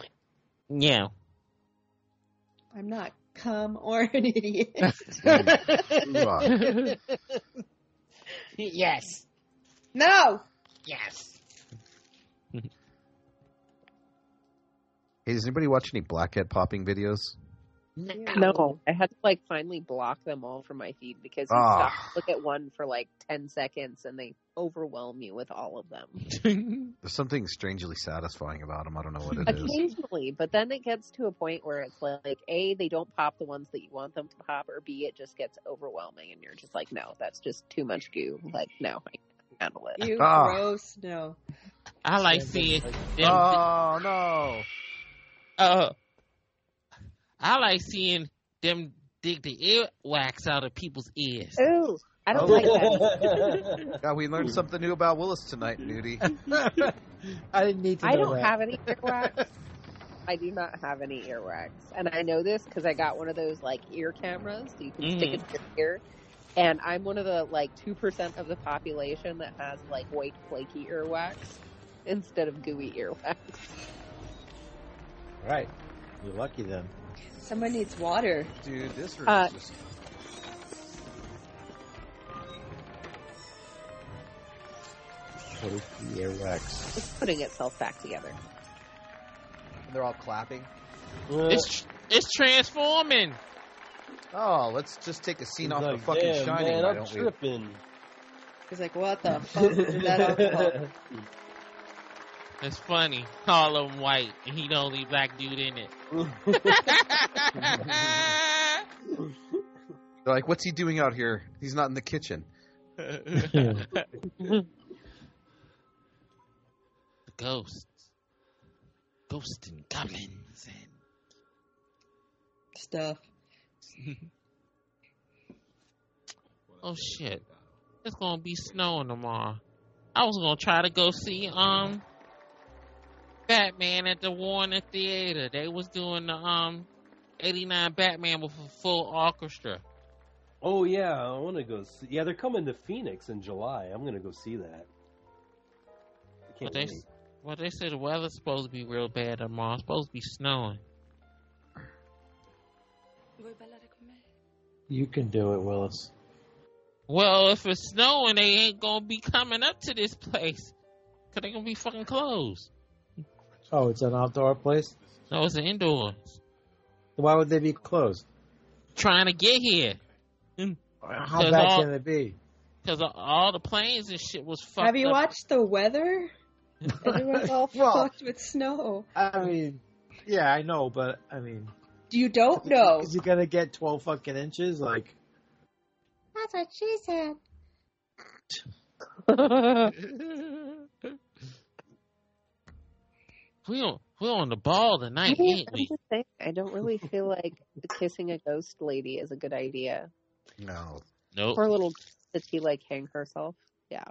N: Yeah.
M: I'm not cum or an idiot. [laughs]
Q: yes.
M: no.
Q: Yes.
J: Hey, does anybody watch any blackhead popping videos?
L: No, I had to like finally block them all from my feed because you
J: Ah.
L: stop look at one for like ten seconds and they overwhelm you with all of them
J: There's something strangely satisfying about them. I don't know what it is.
L: occasionally. But then it gets to a point where it's like, a they don't pop the ones that you want them to pop, or b it just gets overwhelming and you're just like, no, that's just too much goo. Like, no, I can't handle it.
M: You
J: Ah.
M: gross. No.
N: I like seeing them.
K: Uh.
J: Oh no!
N: Uh, I like seeing them dig the earwax out of people's ears.
L: Ooh, I don't
J: Oh.
K: [laughs]
L: like that.
J: God, we learned something new about Willis tonight,
L: [laughs]
J: Nudie.
K: [laughs] I didn't need to know
L: I don't
K: that.
L: have any earwax. I do not have any earwax, and I know this because I got one of those like ear cameras that you can stick
N: Mhm.
L: it to your ear. And I'm one of the like two percent of the population that has like white flaky earwax instead of gooey earwax.
K: Right. You're lucky then.
M: Someone needs water.
J: Dude, this room
L: Uh,
J: is just.
K: Poke the earwax.
L: It's putting itself back together.
J: They're all clapping.
N: It's it's transforming.
J: Oh, let's just take a scene off
F: Like,
J: of fucking
F: damn,
J: Shining,
F: man,
J: why
F: I'm
J: don't
F: tripping.
M: He's like, what the fuck? Is
K: [laughs]
M: that alcohol?
N: It's funny. Call him white, and he the only black dude in it.
J: we? They're like, what's he doing out here? He's not in the kitchen.
N: the ghosts, ghosts and goblins,
M: Stuff.
N: and oh shit, it's gonna be snowing tomorrow. I was gonna try to go see um Batman at the Warner Theater. They was doing the um '89 Batman with a full orchestra.
F: Oh yeah, I want to go. See, yeah, they're coming to Phoenix in July. I'm gonna go see that. I
N: But
F: can't
N: they,
F: wait.
N: well, they said the weather's supposed to be real bad tomorrow. It's supposed to be snowing.
K: You can do it, Willis.
N: Well, if it's snowing, they ain't gonna be coming up to this place. Cause they gonna be fucking closed.
K: Oh, it's an outdoor place.
N: No, it's an indoor.
K: Why would they be closed?
N: Trying to get here.
K: How
N: Cause
K: bad
N: all-
K: can it be?
N: Cause all the planes and shit was fucked
M: Have you
N: up.
M: watched the weather?
K: [laughs]
M: Everyone's all fucked with snow.
K: I mean, yeah, I know, but I mean,
M: you don't know.
K: Is he gonna get twelve fucking inches? Like,
M: That's what she said.
N: We on we on the ball tonight,
L: Maybe
N: ain't
L: I'm
N: we?
L: just saying, I don't really feel like kissing a ghost lady is a good idea.
J: No.
N: [laughs]
J: Oh.
N: Nope.
L: Poor little did she like hang herself? Yeah.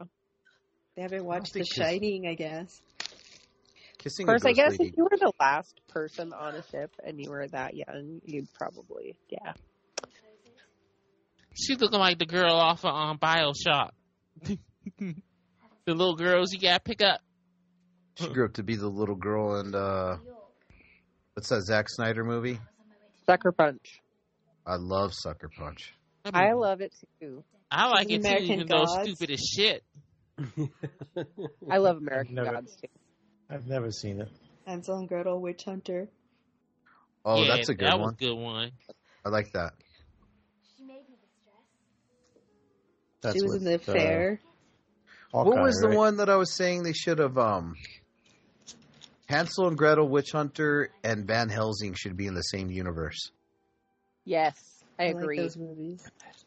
M: They haven't watched The
J: think it's-
M: Shining, I guess.
J: Kissing
L: Of course,
J: a
L: I
J: ghost
L: guess
J: lady.
L: if you were the last person on a ship and you were that young, you'd probably yeah.
N: She looking like the girl off of um, Bioshock. [laughs] the little girls you gotta pick up.
J: She grew up to be the little girl in uh, what's that Zack Snyder movie?
L: Sucker Punch.
J: I love Sucker Punch.
L: I love it too.
N: I like it too,
L: American
N: even though
L: Gods.
N: it's stupid as shit.
L: I love American
K: Never.
L: Gods too.
K: I've never seen it.
M: Hansel and Gretel, Witch Hunter.
J: Oh,
N: Yeah,
J: that's a good
N: that was
J: one.
N: good one.
J: I like that. That's
M: she was
J: with,
M: in the
J: uh,
M: fair.
J: what was the
K: right?
J: one that I was saying they should have? Um, Hansel and Gretel, Witch Hunter, and Van Helsing should be in the same universe.
L: Yes, I,
M: I like
L: agree.
M: those movies.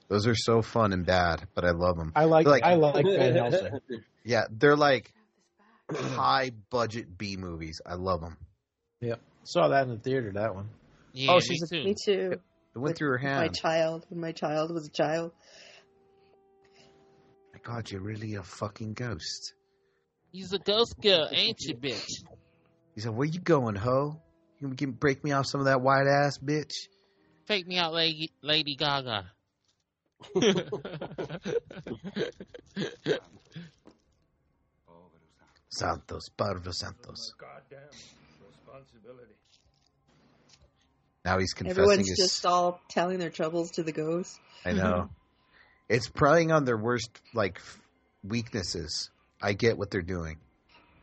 J: Those are so fun and bad, but I love them.
K: I like,
J: They're like-
K: I like Van Helsing.
J: Yeah, they're like high budget B movies. I love them.
K: Yep, saw that in the theater. That one.
N: Yeah,
J: oh,
N: me
J: she's
N: too.
M: Me too.
J: it went through her
M: My
J: hand.
M: child, when my child was a child.
J: My God, you're really a fucking ghost.
N: He's a ghost girl, ain't you, bitch?
J: He said, "Where you going, hoe? You gonna get- break me off some of that white ass, bitch?"
N: Fake me out, Lady, lady
J: [laughs]
N: Gaga.
J: Santos, Parvo Santos. Now he's confessing
M: Everyone's
J: his.
M: just all telling their troubles to the ghost.
J: I know. it's preying on their worst like f- weaknesses. I get what they're doing.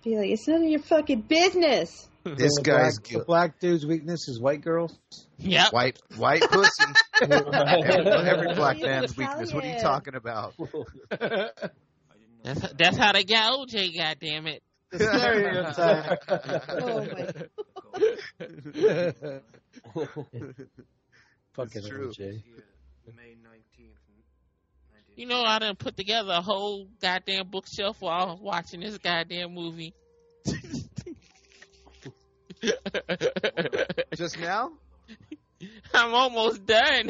M: Be like, it's none of your fucking business.
J: This
K: The
J: guy's
K: black,
J: gu-
K: the black dude's weakness is white girls.
N: Yep.
J: white white pussy. [laughs] every, every black
M: You're
J: man's weakness. What are you
M: Italian.
J: talking
M: [laughs]
J: about?
N: That's, that's how they got OJ, goddamn it.
K: The stereotype.
M: Oh my
K: Oh,
J: [laughs]
K: Fucking
J: true.
K: OJ.
O: May 19th.
N: You know, I done put together a whole goddamn bookshelf while I was watching this goddamn movie.
J: [laughs]
N: [laughs]
J: Just now?
N: I'm almost done.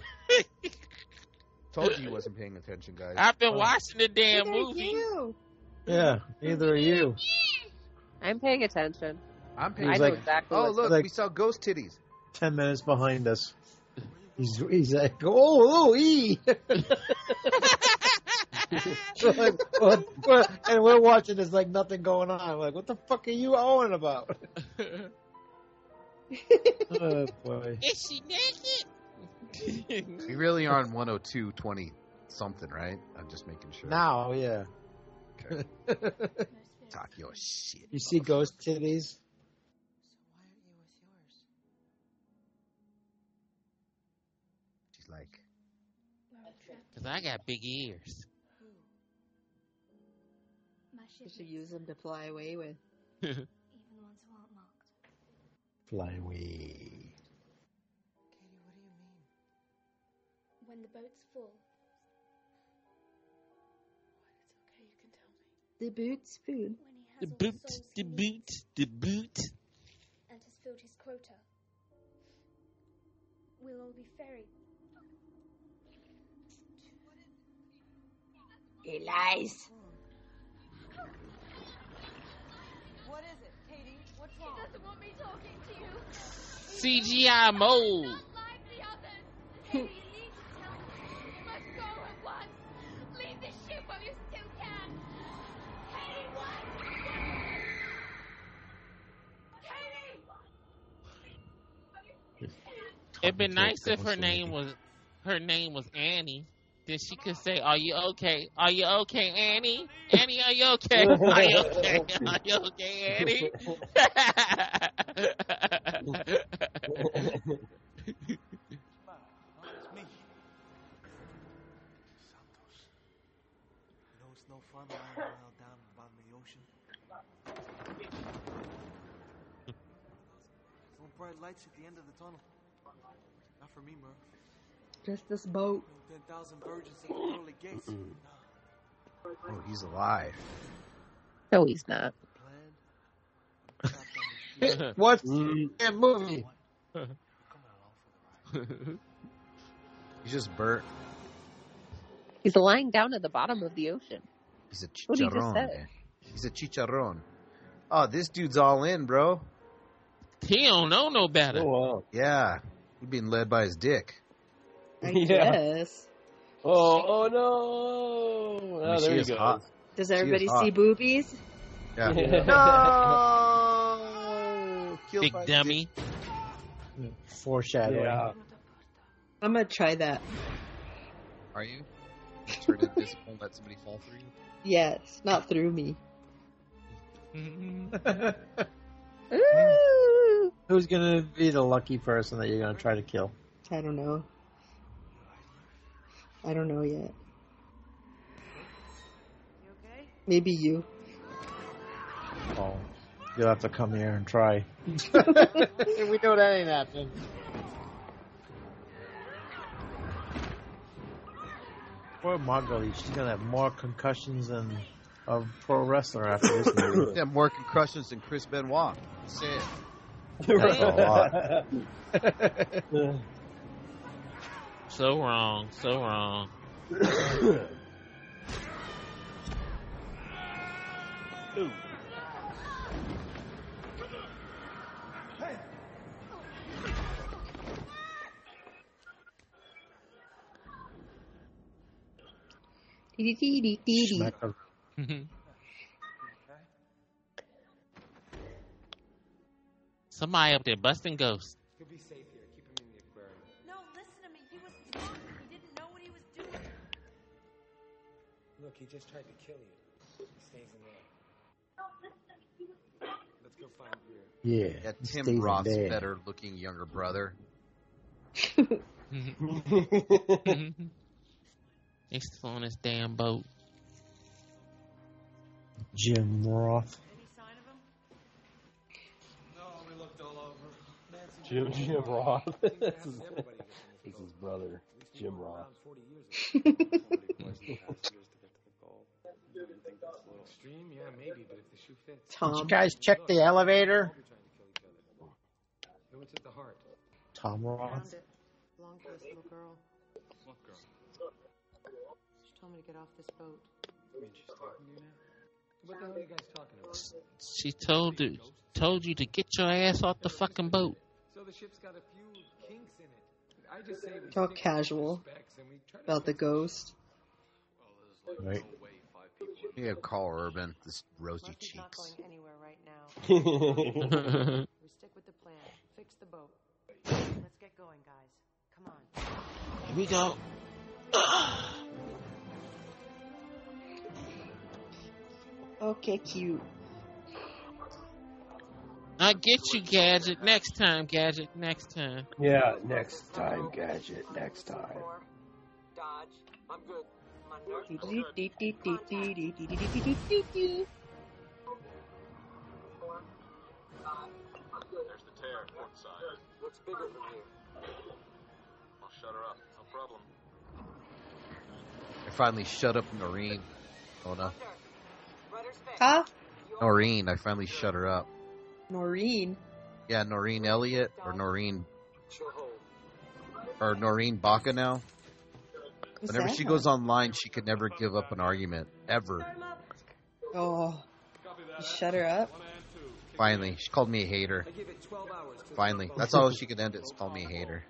J: Told you you wasn't paying attention, guys.
N: I've been
K: Oh.
N: watching the damn
M: Look at
N: movie.
M: [laughs] you.
K: Yeah, neither are you.
L: I'm paying attention.
J: I'm
K: He
J: paying.
L: I
K: was
L: know
K: like-
L: exactly.
J: Oh
L: what's-
J: look,
K: like-
J: we saw ghost titties.
K: Ten minutes behind us. He's he's like, oh, oh, ee. [laughs] We're like, what, what- and we're watching this like nothing going on. We're like, what the fuck are you owing about? [laughs] oh boy.
N: [laughs] Is she naked?
J: We really are on 102, 20 something, right? I'm just making sure.
K: Now, yeah. [laughs]
J: Okay. Talk your shit.
K: you see ghost titties?
J: She's like,
N: [laughs] Cause I got big ears.
M: You should use them to fly away with.
K: Fly away.
M: The boots food.
N: The boot, the boot, the boot.
S: and has filled his quota. We'll all be ferried.
M: He lies.
R: What is it, Katie? What's wrong?
N: CGI mode. It'd been nice if her name was her name was Annie. Then she could say, "Are you okay? Are you okay, Annie? Annie, are you okay? Are you okay? Are you okay, Annie?" [laughs]
E: You know it's no fun lying around down at the bottom of the ocean. No bright lights at the end of the tunnel. Not for me, Murph.
M: Just this boat.
E: No Ten thousand virgins at the pearly gates.
K: [laughs]
J: Mm-mm. Oh, he's alive.
L: No, he's not.
K: What's that movie?
J: He's just burnt.
L: He's lying down at the bottom of the ocean.
J: He's a chicharron.
L: What he just said.
J: man. He's a chicharron. Oh, this dude's all in, bro.
N: He don't know no better.
F: Oh,
J: Yeah, he's being led by his dick. [laughs]
M: I
F: Yeah.
M: guess.
F: Oh, oh no! Oh,
J: I mean, she
F: there you
J: is
F: go.
J: hot.
F: [laughs]
M: Does
J: She is
M: everybody
J: hot.
M: see boobies?
J: Yeah.
F: Yeah.
K: [laughs]
J: no! Killed
N: Big
J: by-
N: dummy.
K: Foreshadowing.
F: Yeah.
M: I'm gonna try that.
T: Are you? Turn invisible and let somebody fall through you?
M: Yes, not through me.
K: [laughs] Who's gonna be the lucky person that you're gonna try to kill?
M: I don't know. I don't know yet. Maybe you.
K: Oh, you'll have to come here and [laughs] try.
Q: we know that ain't happening.
K: Poor Marguerite, she's gonna have more concussions than a pro wrestler after this [laughs] movie.
J: Yeah, more concussions than Chris Benoit. Say it.
K: That's a [laughs]
J: [laughs]
K: lot.
N: So wrong. So
F: [laughs]
N: wrong.
K: Smack her.
N: Somebody up there busting
F: [laughs]
N: ghosts.
O: He'll be safe here. Keep him in the aquarium.
R: No, listen to me. He was drunk. He didn't know what he was doing.
O: Look, he just tried to kill you. He stays in there. Let's go find Greer.
K: Yeah.
J: Yeah,
K: he stays
J: Tim
K: in
J: Roth's
K: bed.
J: better looking younger brother.
N: He's still on his damn boat.
K: Jim Roth.
E: No, we looked all over. Nancy
F: Jim [laughs] Jim
J: [laughs]
F: Roth. That's his,
E: Everybody gets in
F: that's his brother, Jim Roth.
E: around 40 years ago. Somebody was the passengers to get to the goal. You think that's a little extreme? Yeah, maybe, but if the shoe fits.
Q: Did you guys check the elevator?
E: No, it's at the heart.
K: Tom Roth.
U: Found it. Belonged to this little girl.
E: What girl?
U: She told me to get off this boat.
E: I mean, she's talking to you now? What the hell are you guys talking about?
N: She told you, told you to get your ass off the fucking boat.
E: So the ship's got a few kinks in it. I just say we
M: Talk
E: stick to
M: casual
E: specs and we try to
M: about the ghost.
J: Right. Yeah, Carl Urban, this rosy
U: Murphy's not
J: cheeks.
U: going anywhere right now.
J: [laughs] He's
U: we stick with the plan. Fix the boat. Let's get going, guys. Come on.
N: Here we go.
M: Okay, cute.
N: I get you, Gadget. Next time, Gadget. Next time.
F: Yeah, next time, Gadget. Next time.
E: dodge. I'm good. My
V: There's the tear, port side.
E: Looks bigger from here.
V: I'll shut her up. No problem.
J: I finally shut up Noreen. Oh no.
M: Huh?
J: Noreen, I finally shut her up.
M: Noreen.
J: Yeah, Noreen Elliott or Noreen or Noreen Baca now.
M: What's
J: Whenever
M: that?
J: she goes online, she could never give up an argument ever.
M: Oh. You shut her up?
J: Finally, she called me a hater. Finally, that's all she could end it. Is call me a hater.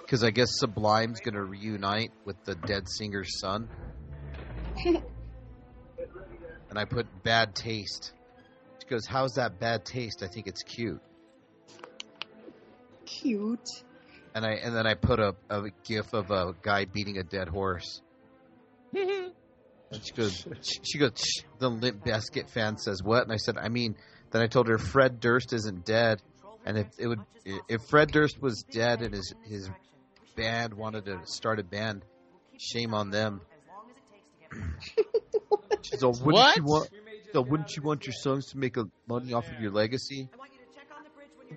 J: Because I guess Sublime's gonna reunite with the dead singer's son, and I put bad taste. She goes, "How's that bad taste? I think it's cute."
M: Cute. [laughs]
J: and I and then I put a, a gif of a guy beating a dead horse. And she goes, she goes. "Shh." The Limp Biscuit fan says what? And I said, I mean. Then I told her Fred Durst isn't dead, and if it would, if Fred Durst was dead and his his band wanted to start a band, shame on them. [clears throat] She's all, wouldn't
N: What?
J: you want? So wouldn't you want your songs to make a money off of your legacy?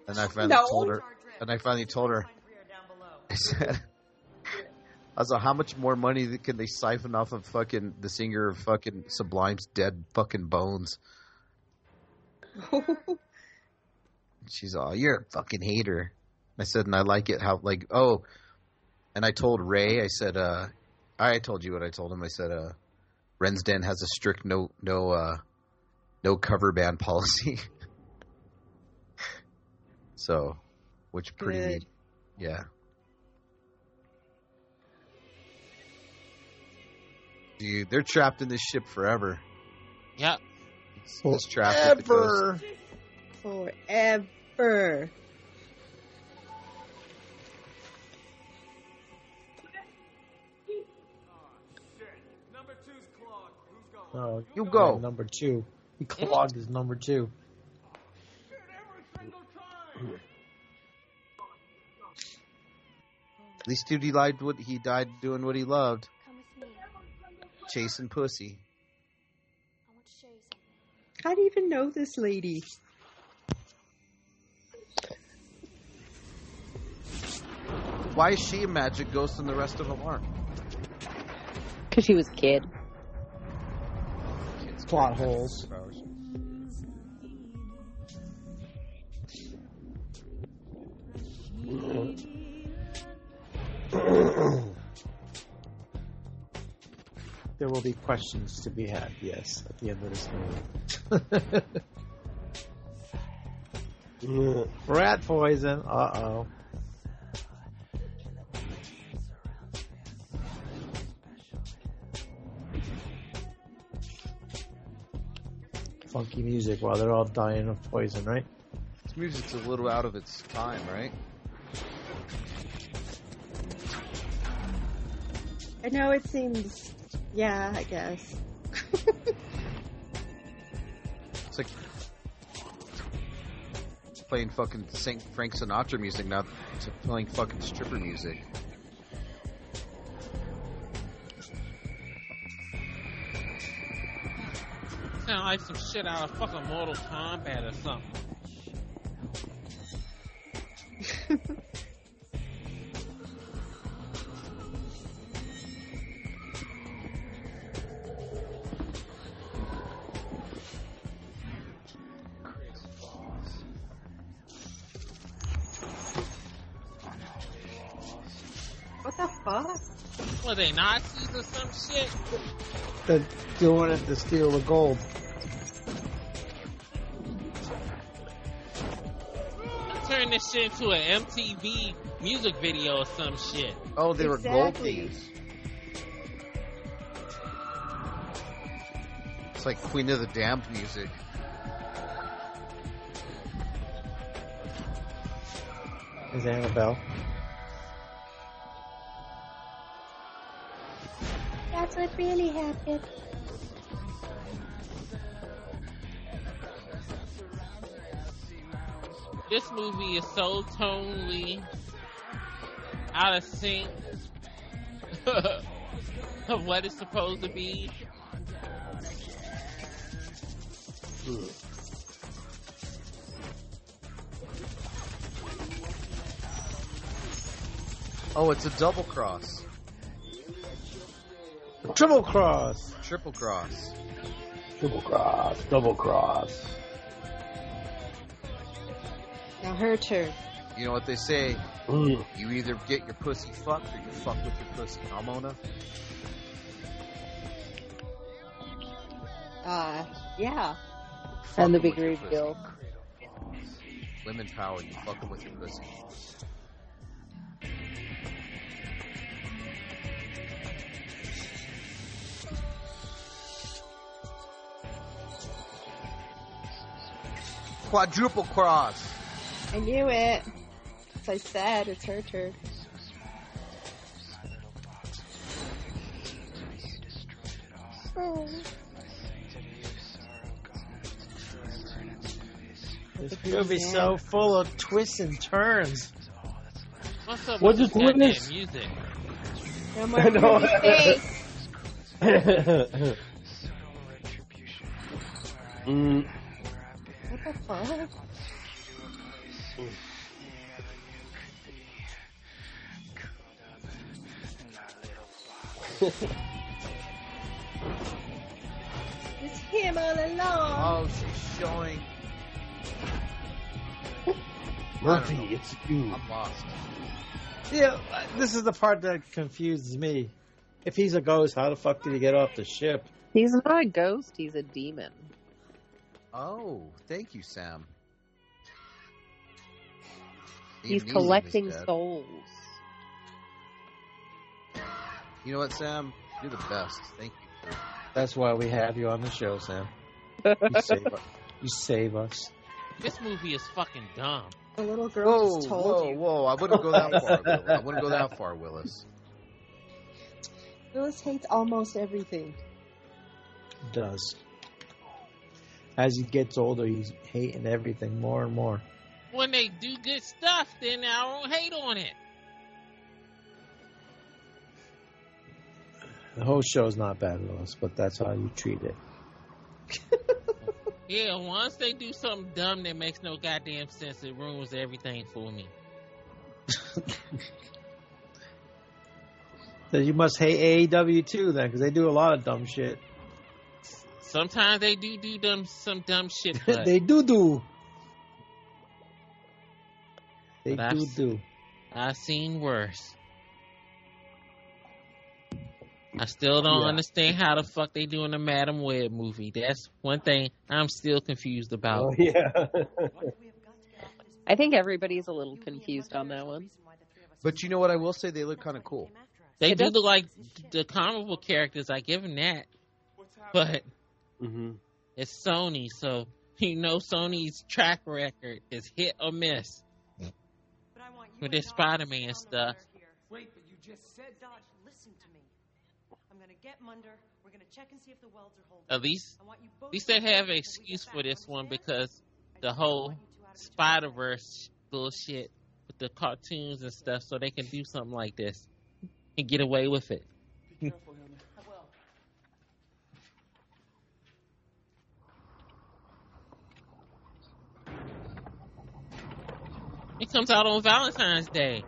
J: And I finally
M: No.
J: told her. And I finally told her. I said, [laughs] I was like, how much more money that- can they siphon off of fucking the singer of fucking Sublime's dead fucking bones? She's all, you're a fucking hater. I said, and I like it how, like, oh. And I told Ray, I said, uh, I told you what I told him. I said, uh, Rensden has a strict no, no, uh, no cover band policy. [laughs] so, which pretty
M: Good.
J: neat. Yeah. Dude, they're trapped in this ship forever.
N: Yep.
J: It's, it's trapped with the ghost.
M: Forever.
K: Oh,
J: you go.
K: number two. He clogged his number two.
J: At least dude, he lied. What he died doing what he loved, chasing pussy.
M: How do you even know this lady?
J: Why is she a magic ghost and the rest of them aren't?
L: Because she was a kid.
K: Plot holes. There will be questions to be had, yes, at the end of this
F: [laughs]
K: movie. Rat poison. Uh oh. Funky music while they're all dying of poison, right?
J: This music's a little out of its time, right?
M: I know it seems. Yeah, I guess.
J: It's like it's playing fucking Saint Frank Sinatra music, not it's playing fucking stripper music.
N: Sound like some shit out of fucking Mortal Kombat or something.
M: What the fuck?
N: Were they Nazis or some shit?
K: They're doing it to steal the gold.
N: Turn this shit into an MTV music video or some shit.
J: Oh, they were gold
N: Exactly.
J: thieves. It's like Queen of the Damned music.
K: Is Annabelle.
S: That's what really happened.
N: This movie is so tonally out of sync [laughs] of what it's supposed to be.
K: Mm.
J: Oh, it's a double cross,
K: Triple cross.
J: triple cross.
K: Double cross. Double cross.
M: Now her turn.
J: You know what they say? You either get your pussy fucked or you fuck with your pussy. Ramona.
M: Uh, yeah.
L: And the big reveal.
J: Women power, you fuck 'em with your pussy. Quadruple cross.
M: I knew it. As I said, it's her turn.
Q: This movie's so full of twists and turns.
N: What's up
Q: What's
N: with
Q: this
N: this goddamn
Q: witness?
N: music?
M: No
N: I
J: [laughs]
M: more
N: know.
M: pretty face.
F: Mm,
M: What the fuck? It's him all along.
J: Oh, she's showing.
F: Murphy, it's you.
J: I'm lost.
K: Yeah, this is the part that confuses me. If he's a ghost, how the fuck did he get off the ship?
L: He's not a ghost, he's a demon.
J: Oh, thank you, Sam.
L: He's
J: Amnesia's
L: collecting
J: dead.
L: souls.
J: You know what, Sam? You're the best. Thank you.
K: That's why we have you on the show, Sam. You save us. You save us.
N: This movie is fucking dumb.
M: A little
J: Whoa, whoa, whoa! I wouldn't go
K: [laughs]
J: that far. Will. I wouldn't go that far, Willis.
M: Willis hates almost everything.
K: Does. As he gets older, he's hating everything more and more.
N: When they do good stuff, then I won't hate on it.
K: The whole show's not bad, Willis, but that's how you treat it.
N: Yeah, once they do something dumb that makes no goddamn sense, it ruins everything for me.
K: So you must hate AEW too, then, because they do a lot of dumb shit. [laughs]
N: Sometimes they do do dumb some dumb
K: [laughs]
N: shit, but
K: they do do. They
N: But I've
K: do
N: s-
K: do.
N: I've seen worse. I still don't
K: Yeah.
N: understand how the fuck they doing the Madam Web movie. That's one thing I'm still confused about.
F: Oh, yeah.
L: I think everybody's a little confused on that one.
J: But you know what? I will say they look kind of cool.
N: They
L: It
N: do
L: does-
N: look like the comic book characters. I give them that, but it's Sony, so you know Sony's track record is hit or miss with this Spider-Man stuff.
R: Wait, but you just said Dodge, listen to me. I'm gonna get Munder. We're gonna check and see if the welds are holding.
N: At least,
R: I want you both
N: at least they have an excuse for this one because the whole Spider Verse bullshit with the cartoons and stuff, so they can do something like this and get away with it.
R: I will.
N: It comes out on Valentine's Day.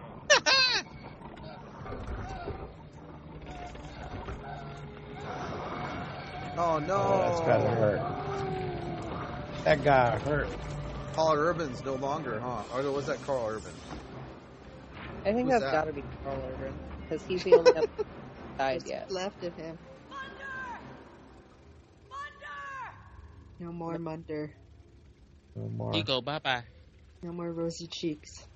J: Oh no!
K: Oh, that's gotta hurt. That guy hurt.
J: Paul Urban's no longer, huh? Or was that Carl Urban?
L: I think
J: Who's
L: that's
J: that?
L: got to be Carl Urban because he's the only other one who's [laughs] died yet.
M: Left of him. No more Munder.
K: No more.
N: You go, bye bye.
M: No more rosy cheeks.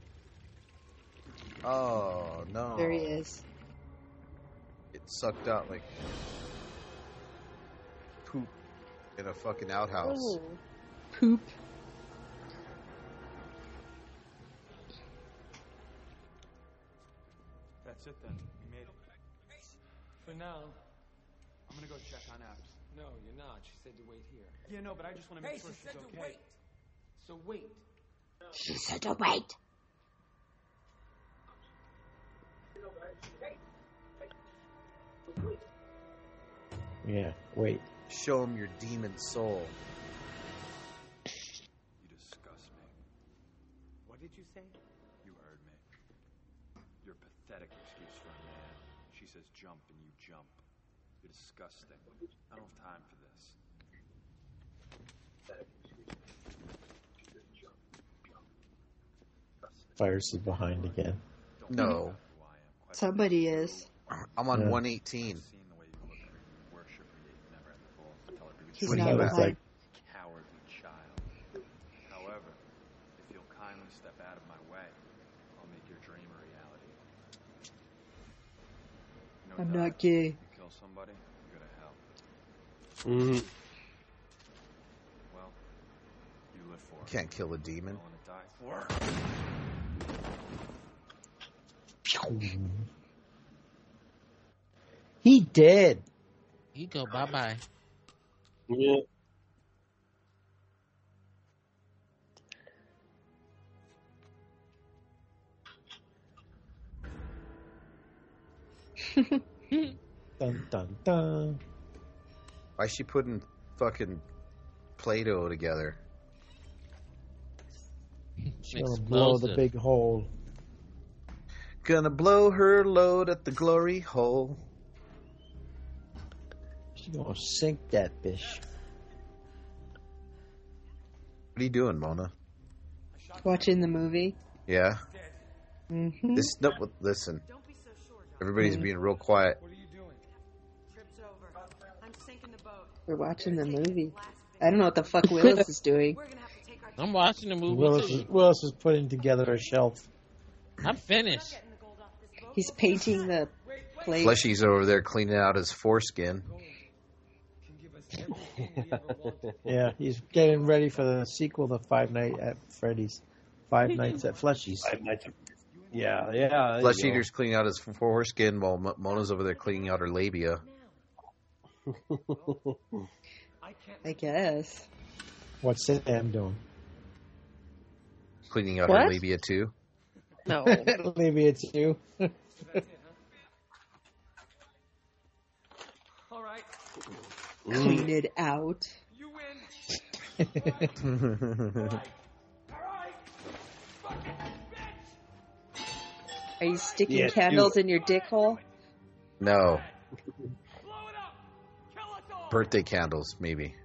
J: Oh no!
M: There he is.
J: It sucked out like poop in a fucking outhouse. [laughs]
M: Poop.
E: That's it then. We made it. For now, I'm gonna go check on apps. No, you're not. She said to wait here. Yeah, no, but I just want to make sure she's okay. So wait.
M: She said to wait.
K: Yeah, wait.
J: Show him your demon soul.
E: You disgust me. What did you say? You heard me. Your pathetic excuse for a man. She says jump and you jump. You're disgusting. I don't have time for this.
K: Virus is behind again.
J: No,
M: Somebody is.
J: I'm on
K: Yeah.
J: 118.
M: He's
J: What do
M: not
J: you
M: behind.
J: act like?
E: Cowardly child. However, if you'll kindly step out of my way, I'll make your dream a reality. You know,
M: I'm
E: Doc,
M: not gay.
E: You kill somebody, you go to hell.
F: Mm.
E: Well, you live for it.
J: Can't kill a demon.
E: Willing to die for
K: He did.
N: You go bye bye.
F: Yeah.
K: Dun dun dun.
J: Why is she putting fucking Play Doh together?
K: She's gonna blow the
J: Explosive.
K: big hole.
J: Gonna blow her load at the glory hole.
K: She's gonna sink that bitch.
J: What are you doing, Mona?
M: Watching the movie.
J: Yeah?
M: Mm-hmm.
J: This no listen. Everybody's being real quiet.
M: We're watching the movie. I don't know what the fuck Willis is doing.
N: I'm watching the movie.
K: Willis
N: too.
K: is, Willis is putting together a shelf.
N: I'm finished.
M: He's painting the plate.
J: Fleshy's over there cleaning out his foreskin.
K: Yeah, he's getting ready for the sequel to Five Nights at Freddy's. Five Nights at Fleshy's. Five Nights at
F: Yeah, yeah. there you
J: Flesh
F: go.
J: Eater's cleaning out his foreskin while Mo- Mona's over there cleaning out her labia.
M: I guess.
K: What's Sam doing?
J: Cleaning out her
K: What?
J: labia too.
N: No.
K: Maybe it's [laughs] you.
O: All right.
M: Clean it out.
O: You win.
M: Are you sticking
J: Yeah,
M: candles
J: do
M: in your dick hole?
J: No. Birthday candles, maybe.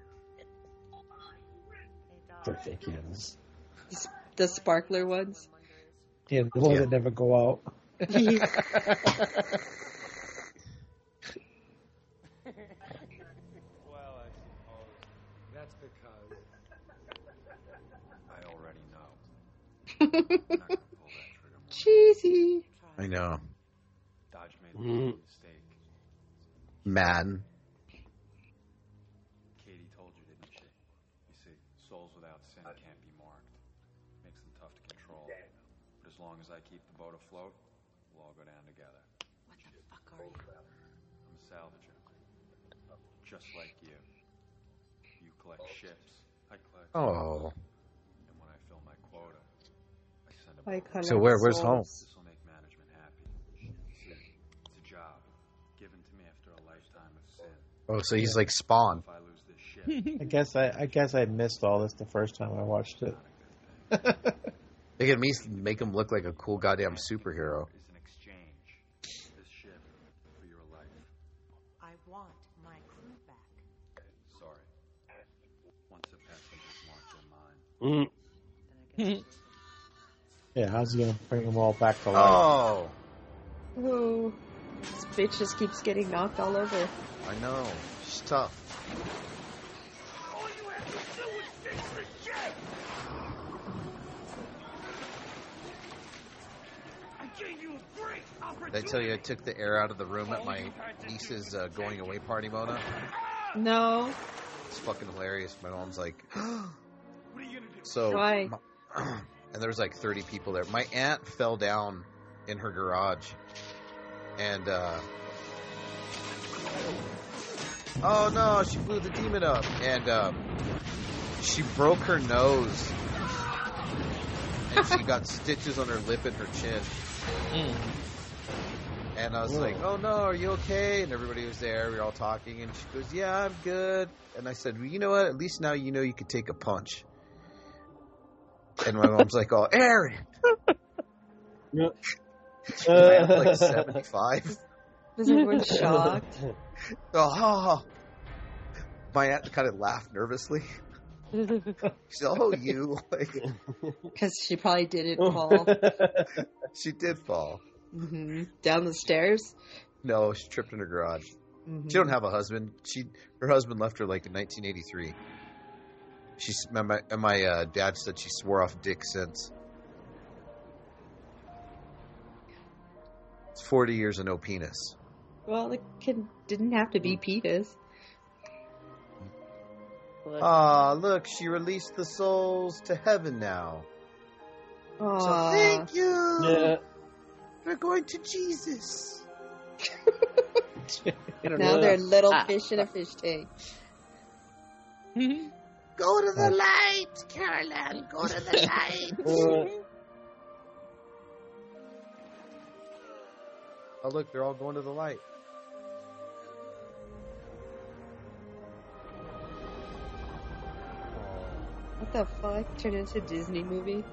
K: Birthday candles.
M: The sparkler ones?
K: Yeah, the ones that never go out.
E: Well, I suppose that's because I already know.
M: Cheesy.
J: I know.
E: Dodge made a big mistake.
J: Man.
E: Katie told you, didn't she? You see, souls without sin can't be marked. Makes them tough to control. But as long as I keep the boat afloat, we'll all go down together. What the fuck are you? I'm a salvager. Just like you. You collect ships. I collect.
J: Oh.
E: And when I fill my quota, I send a
M: I
E: boat.
M: collect So where- where's home? souls.
E: This will make management happy. See, it's a job given to me after a lifetime of sin.
J: Oh, so he's like Spawn.
E: If I lose this ship,
K: I guess I, I guess I missed all this the first time I watched it.
J: They can me make him look like a cool goddamn superhero.
E: is an exchange. This ship for your life.
U: I want my crew back.
E: Sorry. Once a passenger's marked in mine.
K: Yeah, how's he gonna bring them all back to life?
J: Oh,
M: Ooh. This bitch just keeps getting knocked all over.
J: I know. It's tough. Did I tell you I took the air out of the room at my niece's uh, going away party, Mona?
M: No.
J: It's fucking hilarious. My mom's like, so.
M: Why?
J: my- [clears throat] and there was like 30 people there. My aunt fell down in her garage, and uh, oh no, she blew the demon up, and um, she broke her nose, and she got stitches on her lip and her chin.
N: Mm.
J: And I was
A: Whoa.
J: like, "Oh no, are you okay?" And everybody was there. We were all talking, and she goes, "Yeah, I'm good." And I said, "Well, you know what? At least now you know you could take a punch." And my mom's like, "Oh, Aaron,
K: Oh,
J: my aunt's like
K: [laughs]
J: seventy-five. [laughs]
M: Was [laughs] everyone shocked?
J: Oh, my aunt kind of laughed nervously. She's like, "Oh, you [laughs] like
M: Because she probably didn't fall.
J: she did fall.
M: hmm Down the stairs?
J: No, she tripped in her garage.
M: Mhm.
J: She don't have a husband. She her husband left her like in 1983. She s- my my, and my uh, dad said she swore off dick since. It's 40 years of no penis.
M: Mm-hmm. Well, it can, didn't have to be Petus.
J: Ah, look, she released the souls to heaven now.
M: Aw.
J: you.
F: Yeah.
J: They're going to Jesus.
M: Now they're little
L: Ah.
M: fish in a fish tank.
L: Mm-hmm.
A: Go to the light, Caroline. Go to the
L: [laughs]
K: Uh,
A: light.
B: Oh, look, they're all going to the light.
M: What the fuck? Turned into a Disney movie?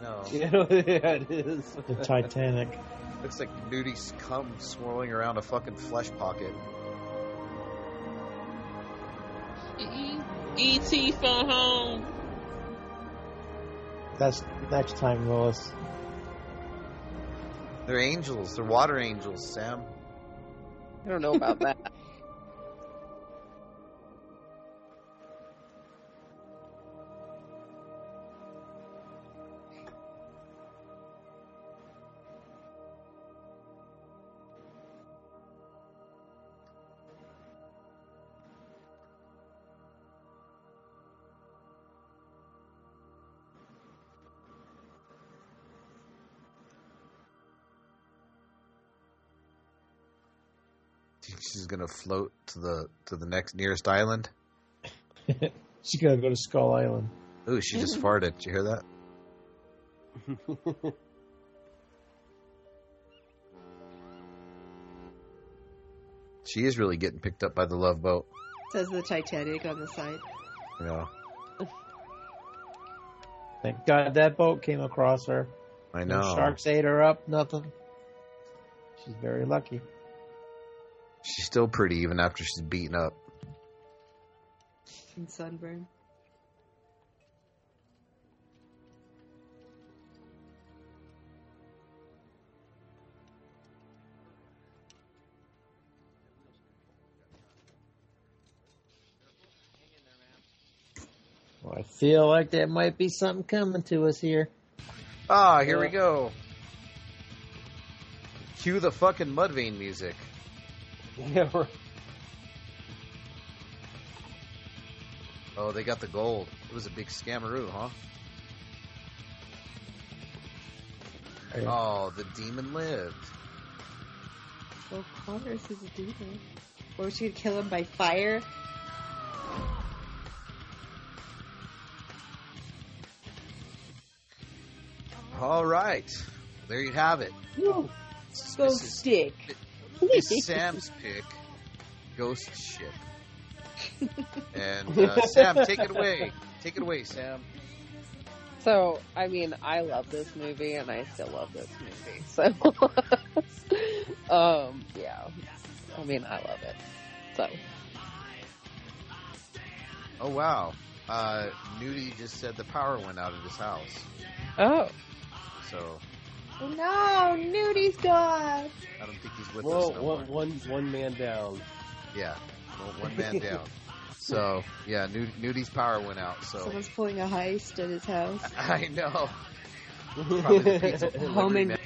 B: No.
K: [laughs]
F: yeah, it is.
K: The Titanic.
B: Looks like nudie scum swirling around a fucking flesh pocket.
N: E E.T. phone home.
K: That's next time, Willis.
J: They're angels. They're water angels, Sam.
L: I don't know about that.
J: She's gonna float to the to the next nearest island.
K: She gotta go to Skull Island.
J: Ooh, she just farted. Did you hear that? She is really getting picked up by the love boat.
M: Says the Titanic on the side.
J: You know,
K: Thank God that boat came across her.
J: I
K: No
J: know.
K: sharks ate her up, nothing. She's very lucky.
J: She's still pretty even after she's beaten up.
M: And sunburn.
K: Well, I feel like there might be something coming to us here.
J: Ah, here we go. Cue the fucking Mudvayne music.
F: [laughs] Yeah, right.
J: Oh, they got the gold. It was a big scamaroo, huh? Oh, the demon lived.
M: Well, Connors is a demon. Or she could kill him by fire.
J: All right, there you have it. Oh,
M: No, go stick.
J: It's Sam's pick, Ghost Ship. And uh, Sam, take it away. Take it away, Sam.
L: So, I mean, I love this movie and I still love this movie. So, um, yeah. I mean, I love it. So,
J: Oh wow, uh, Nudie just said the power went out of his house.
L: oh.
J: So
M: Oh no, Nudie's gone.
J: I don't think he's with
F: Whoa,
J: us no
F: one,
J: more.
F: one, one man down.
J: Yeah, well, one man down. So yeah, Nud- Nudie's power went out. So [laughs]
M: Someone's pulling a heist at
A: [laughs]
M: his house.
J: I know. Probably the
K: [laughs]
J: pizza delivery
M: Home and
J: man.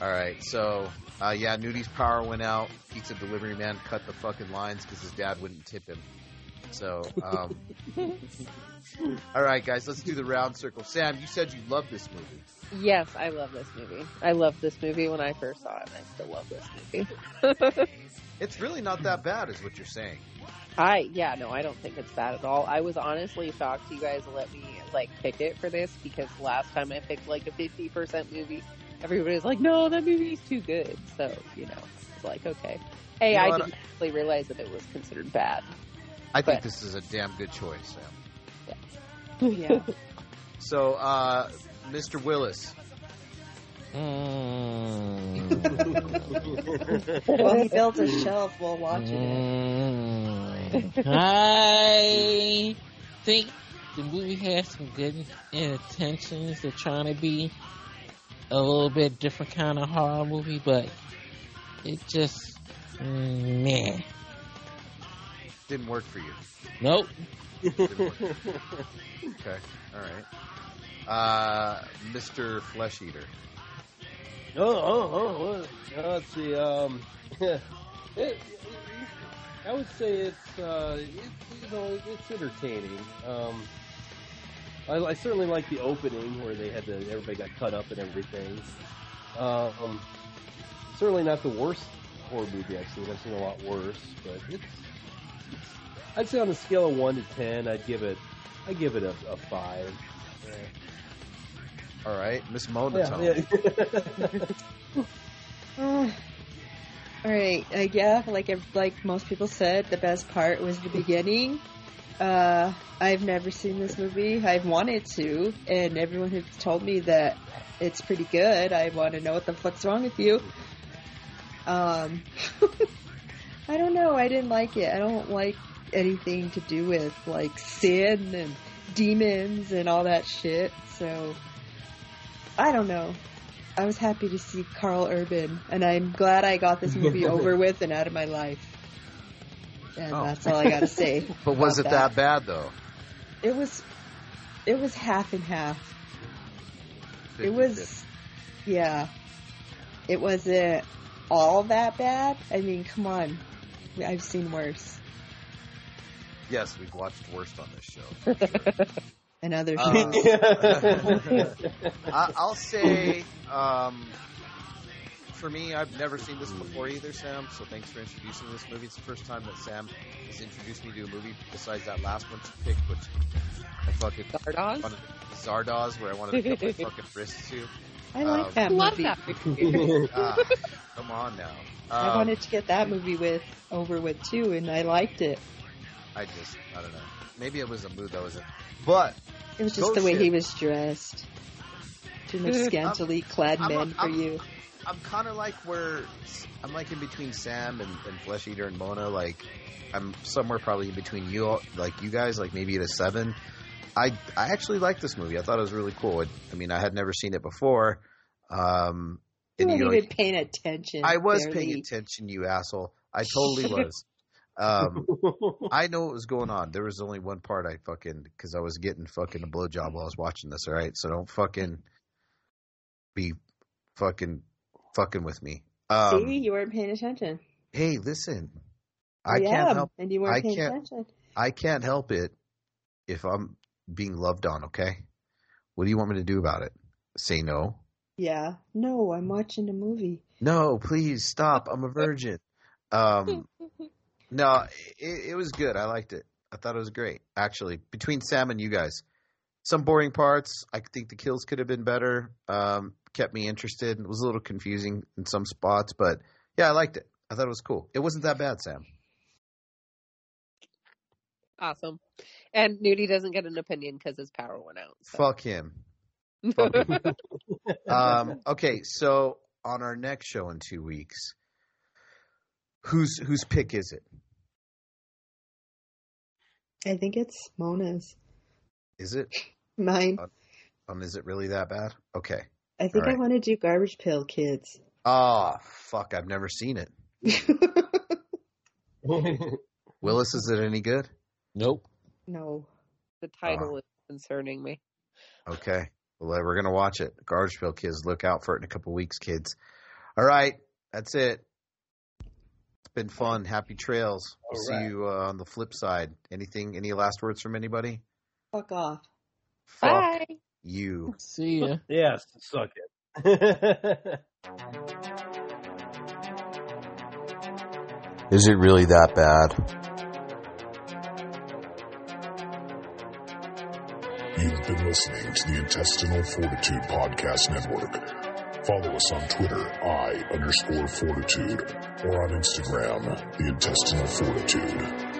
J: All right, so uh, yeah, Nudie's power went out. Pizza delivery man cut the fucking lines because his dad wouldn't tip him. So, um, all right, guys, let's do the round circle. Sam, you said you love this movie.
L: Yes, I love this movie. I loved this movie when I first saw it and I still love this movie. [laughs]
J: It's really not that bad, is what you're saying.
L: I yeah, no, I don't think it's bad at all. I was honestly shocked you guys let me like pick it for this because last time I picked like a fifty percent movie, everybody was like, "No, that movie's too good." So you know, it's like okay, hey,
J: You know
L: I
J: what?
L: didn't actually realize that it was considered bad.
J: I think
L: But-
J: this is a damn good choice, Sam.
L: yeah.
J: So, uh, Mr. Willis.
N: Mm.
K: [laughs]
J: [laughs]
M: well, he built a shelf while watching it.
N: Mm. I think the movie has some good intentions. They're trying to be a little bit different kind of horror movie, but it just mm, meh.
J: Didn't work for you.
N: Nope.
J: Didn't work. okay, all right. Uh, Mr. Flesh Eater.
F: Oh, oh, oh, oh. Uh, let's see. Um, [laughs] it, it- I would say it's, uh, it's you know, it's entertaining. Um, I, I certainly like the opening where they had the everybody got cut up and everything. Um, certainly not the worst horror movie I've seen. I've seen a lot worse, but it's. it's I'd say on a scale of one to ten, I'd give it. I give it a, a five.
J: All right, Miss Monotone.
F: [laughs]
M: [sighs] Uh, all right, uh, yeah, like ev- like most people said, the best part was the beginning. Uh, I've never seen this movie. I've wanted to, and everyone has told me that it's pretty good. I want to know what the fuck's wrong with you. Um, [laughs] I don't know. I didn't like it. I don't like anything to do with like sin and demons and all that shit. So I don't know. I was happy to see Carl Urban, and I'm glad I got
J: [laughs]
M: this movie over with and out of my life. And
J: Oh.
M: that's all I gotta say.
J: [laughs] But was it
M: about
J: that bad though?
M: It was, it was half and half. It was, yeah, it wasn't all that bad. I mean, come on, I've seen worse.
J: Yes, we've watched worst on this show.
M: and others.
J: Um, Uh, I, I'll say, um, for me, I've never seen this before either, Sam. So thanks for introducing this movie. It's the first time that Sam has introduced me to a movie besides that last one she picked, which I fucking
L: Zardoz,
J: wanted, Zardoz, where I wanted to cut
M: [laughs]
J: my fucking wrists to.
M: I like
J: Um,
M: that
L: Love
M: movie.
L: that
J: Ah, come on now.
M: I
J: Um,
M: wanted to get that movie with over with too, and I liked it.
J: I just, I don't know. Maybe it was a mood that was in. But
M: It was just
J: Oh,
M: the way he was dressed. Too much
J: I'm-
M: scantily clad
J: Mm-hmm. I'm a-
M: men for
J: I'm-
M: you.
J: I'm kind of like where I'm like in between Sam and, and Flesh Eater and Mona. Like I'm somewhere probably in between you, all like you guys, like maybe at a seven. I I actually liked this movie. I thought it was really cool. It, I mean, I had never seen it before. Um,
M: You
J: and,
M: weren't
J: you know,
M: even paying attention.
J: I was
M: barely.
J: paying attention, you asshole. I totally
M: [laughs]
J: was. Um, I know what was going on. There was only one part I fucking because I was getting fucking a blowjob while I was watching this. All right, so don't fucking be fucking fucking with me. Um,
M: See, you weren't paying attention.
J: hey, listen, I
M: Yeah,
J: can't help.
M: and you weren't
J: I
M: paying
J: can't-
M: attention.
J: I can't help it if I'm being loved on. Okay, what do you want me to do about it? Say no.
M: Yeah, no, I'm watching a movie.
J: No, please stop. I'm a virgin. Um, no, it, it was good. I liked it. I thought it was great. Actually, between Sam and you guys, some boring parts. I think the kills could have been better. Um, kept me interested. It was a little confusing in some spots, but yeah, I liked it. I thought it was cool. It wasn't that bad, Sam.
L: [laughs] awesome. And Nudie doesn't get an opinion because his power went out.
J: Fuck him. Fuck him. um, okay, so on our next show in two weeks, whose whose pick is it?
M: I think it's Mona's.
J: Is it?
M: Mine.
J: Um, is it really that bad? Okay.
M: I think
J: All
M: I
J: right.
M: want to do Garbage Pail Kids. [laughs]
J: Ah, fuck! I've never seen it. Willis, is it any good? Nope.
M: No.
L: [laughs] The title is concerning me.
J: Okay. Well, uh, we're gonna watch it. Garbage Pail Kids, look out for it in a couple weeks, kids. All right, that's it. It's been fun. Happy trails. We'll
M: All
J: see
M: right.
J: you uh, on the flip side. Anything? Any last words from anybody?
M: Fuck off.
J: Fuck
M: Bye.
J: You.
F: See ya. [laughs] Yes, suck it.
I: Is it really that bad?
C: You've been listening to the Intestinal Fortitude Podcast Network. Follow us on Twitter, I underscore fortitude, or on Instagram, the Intestinal Fortitude.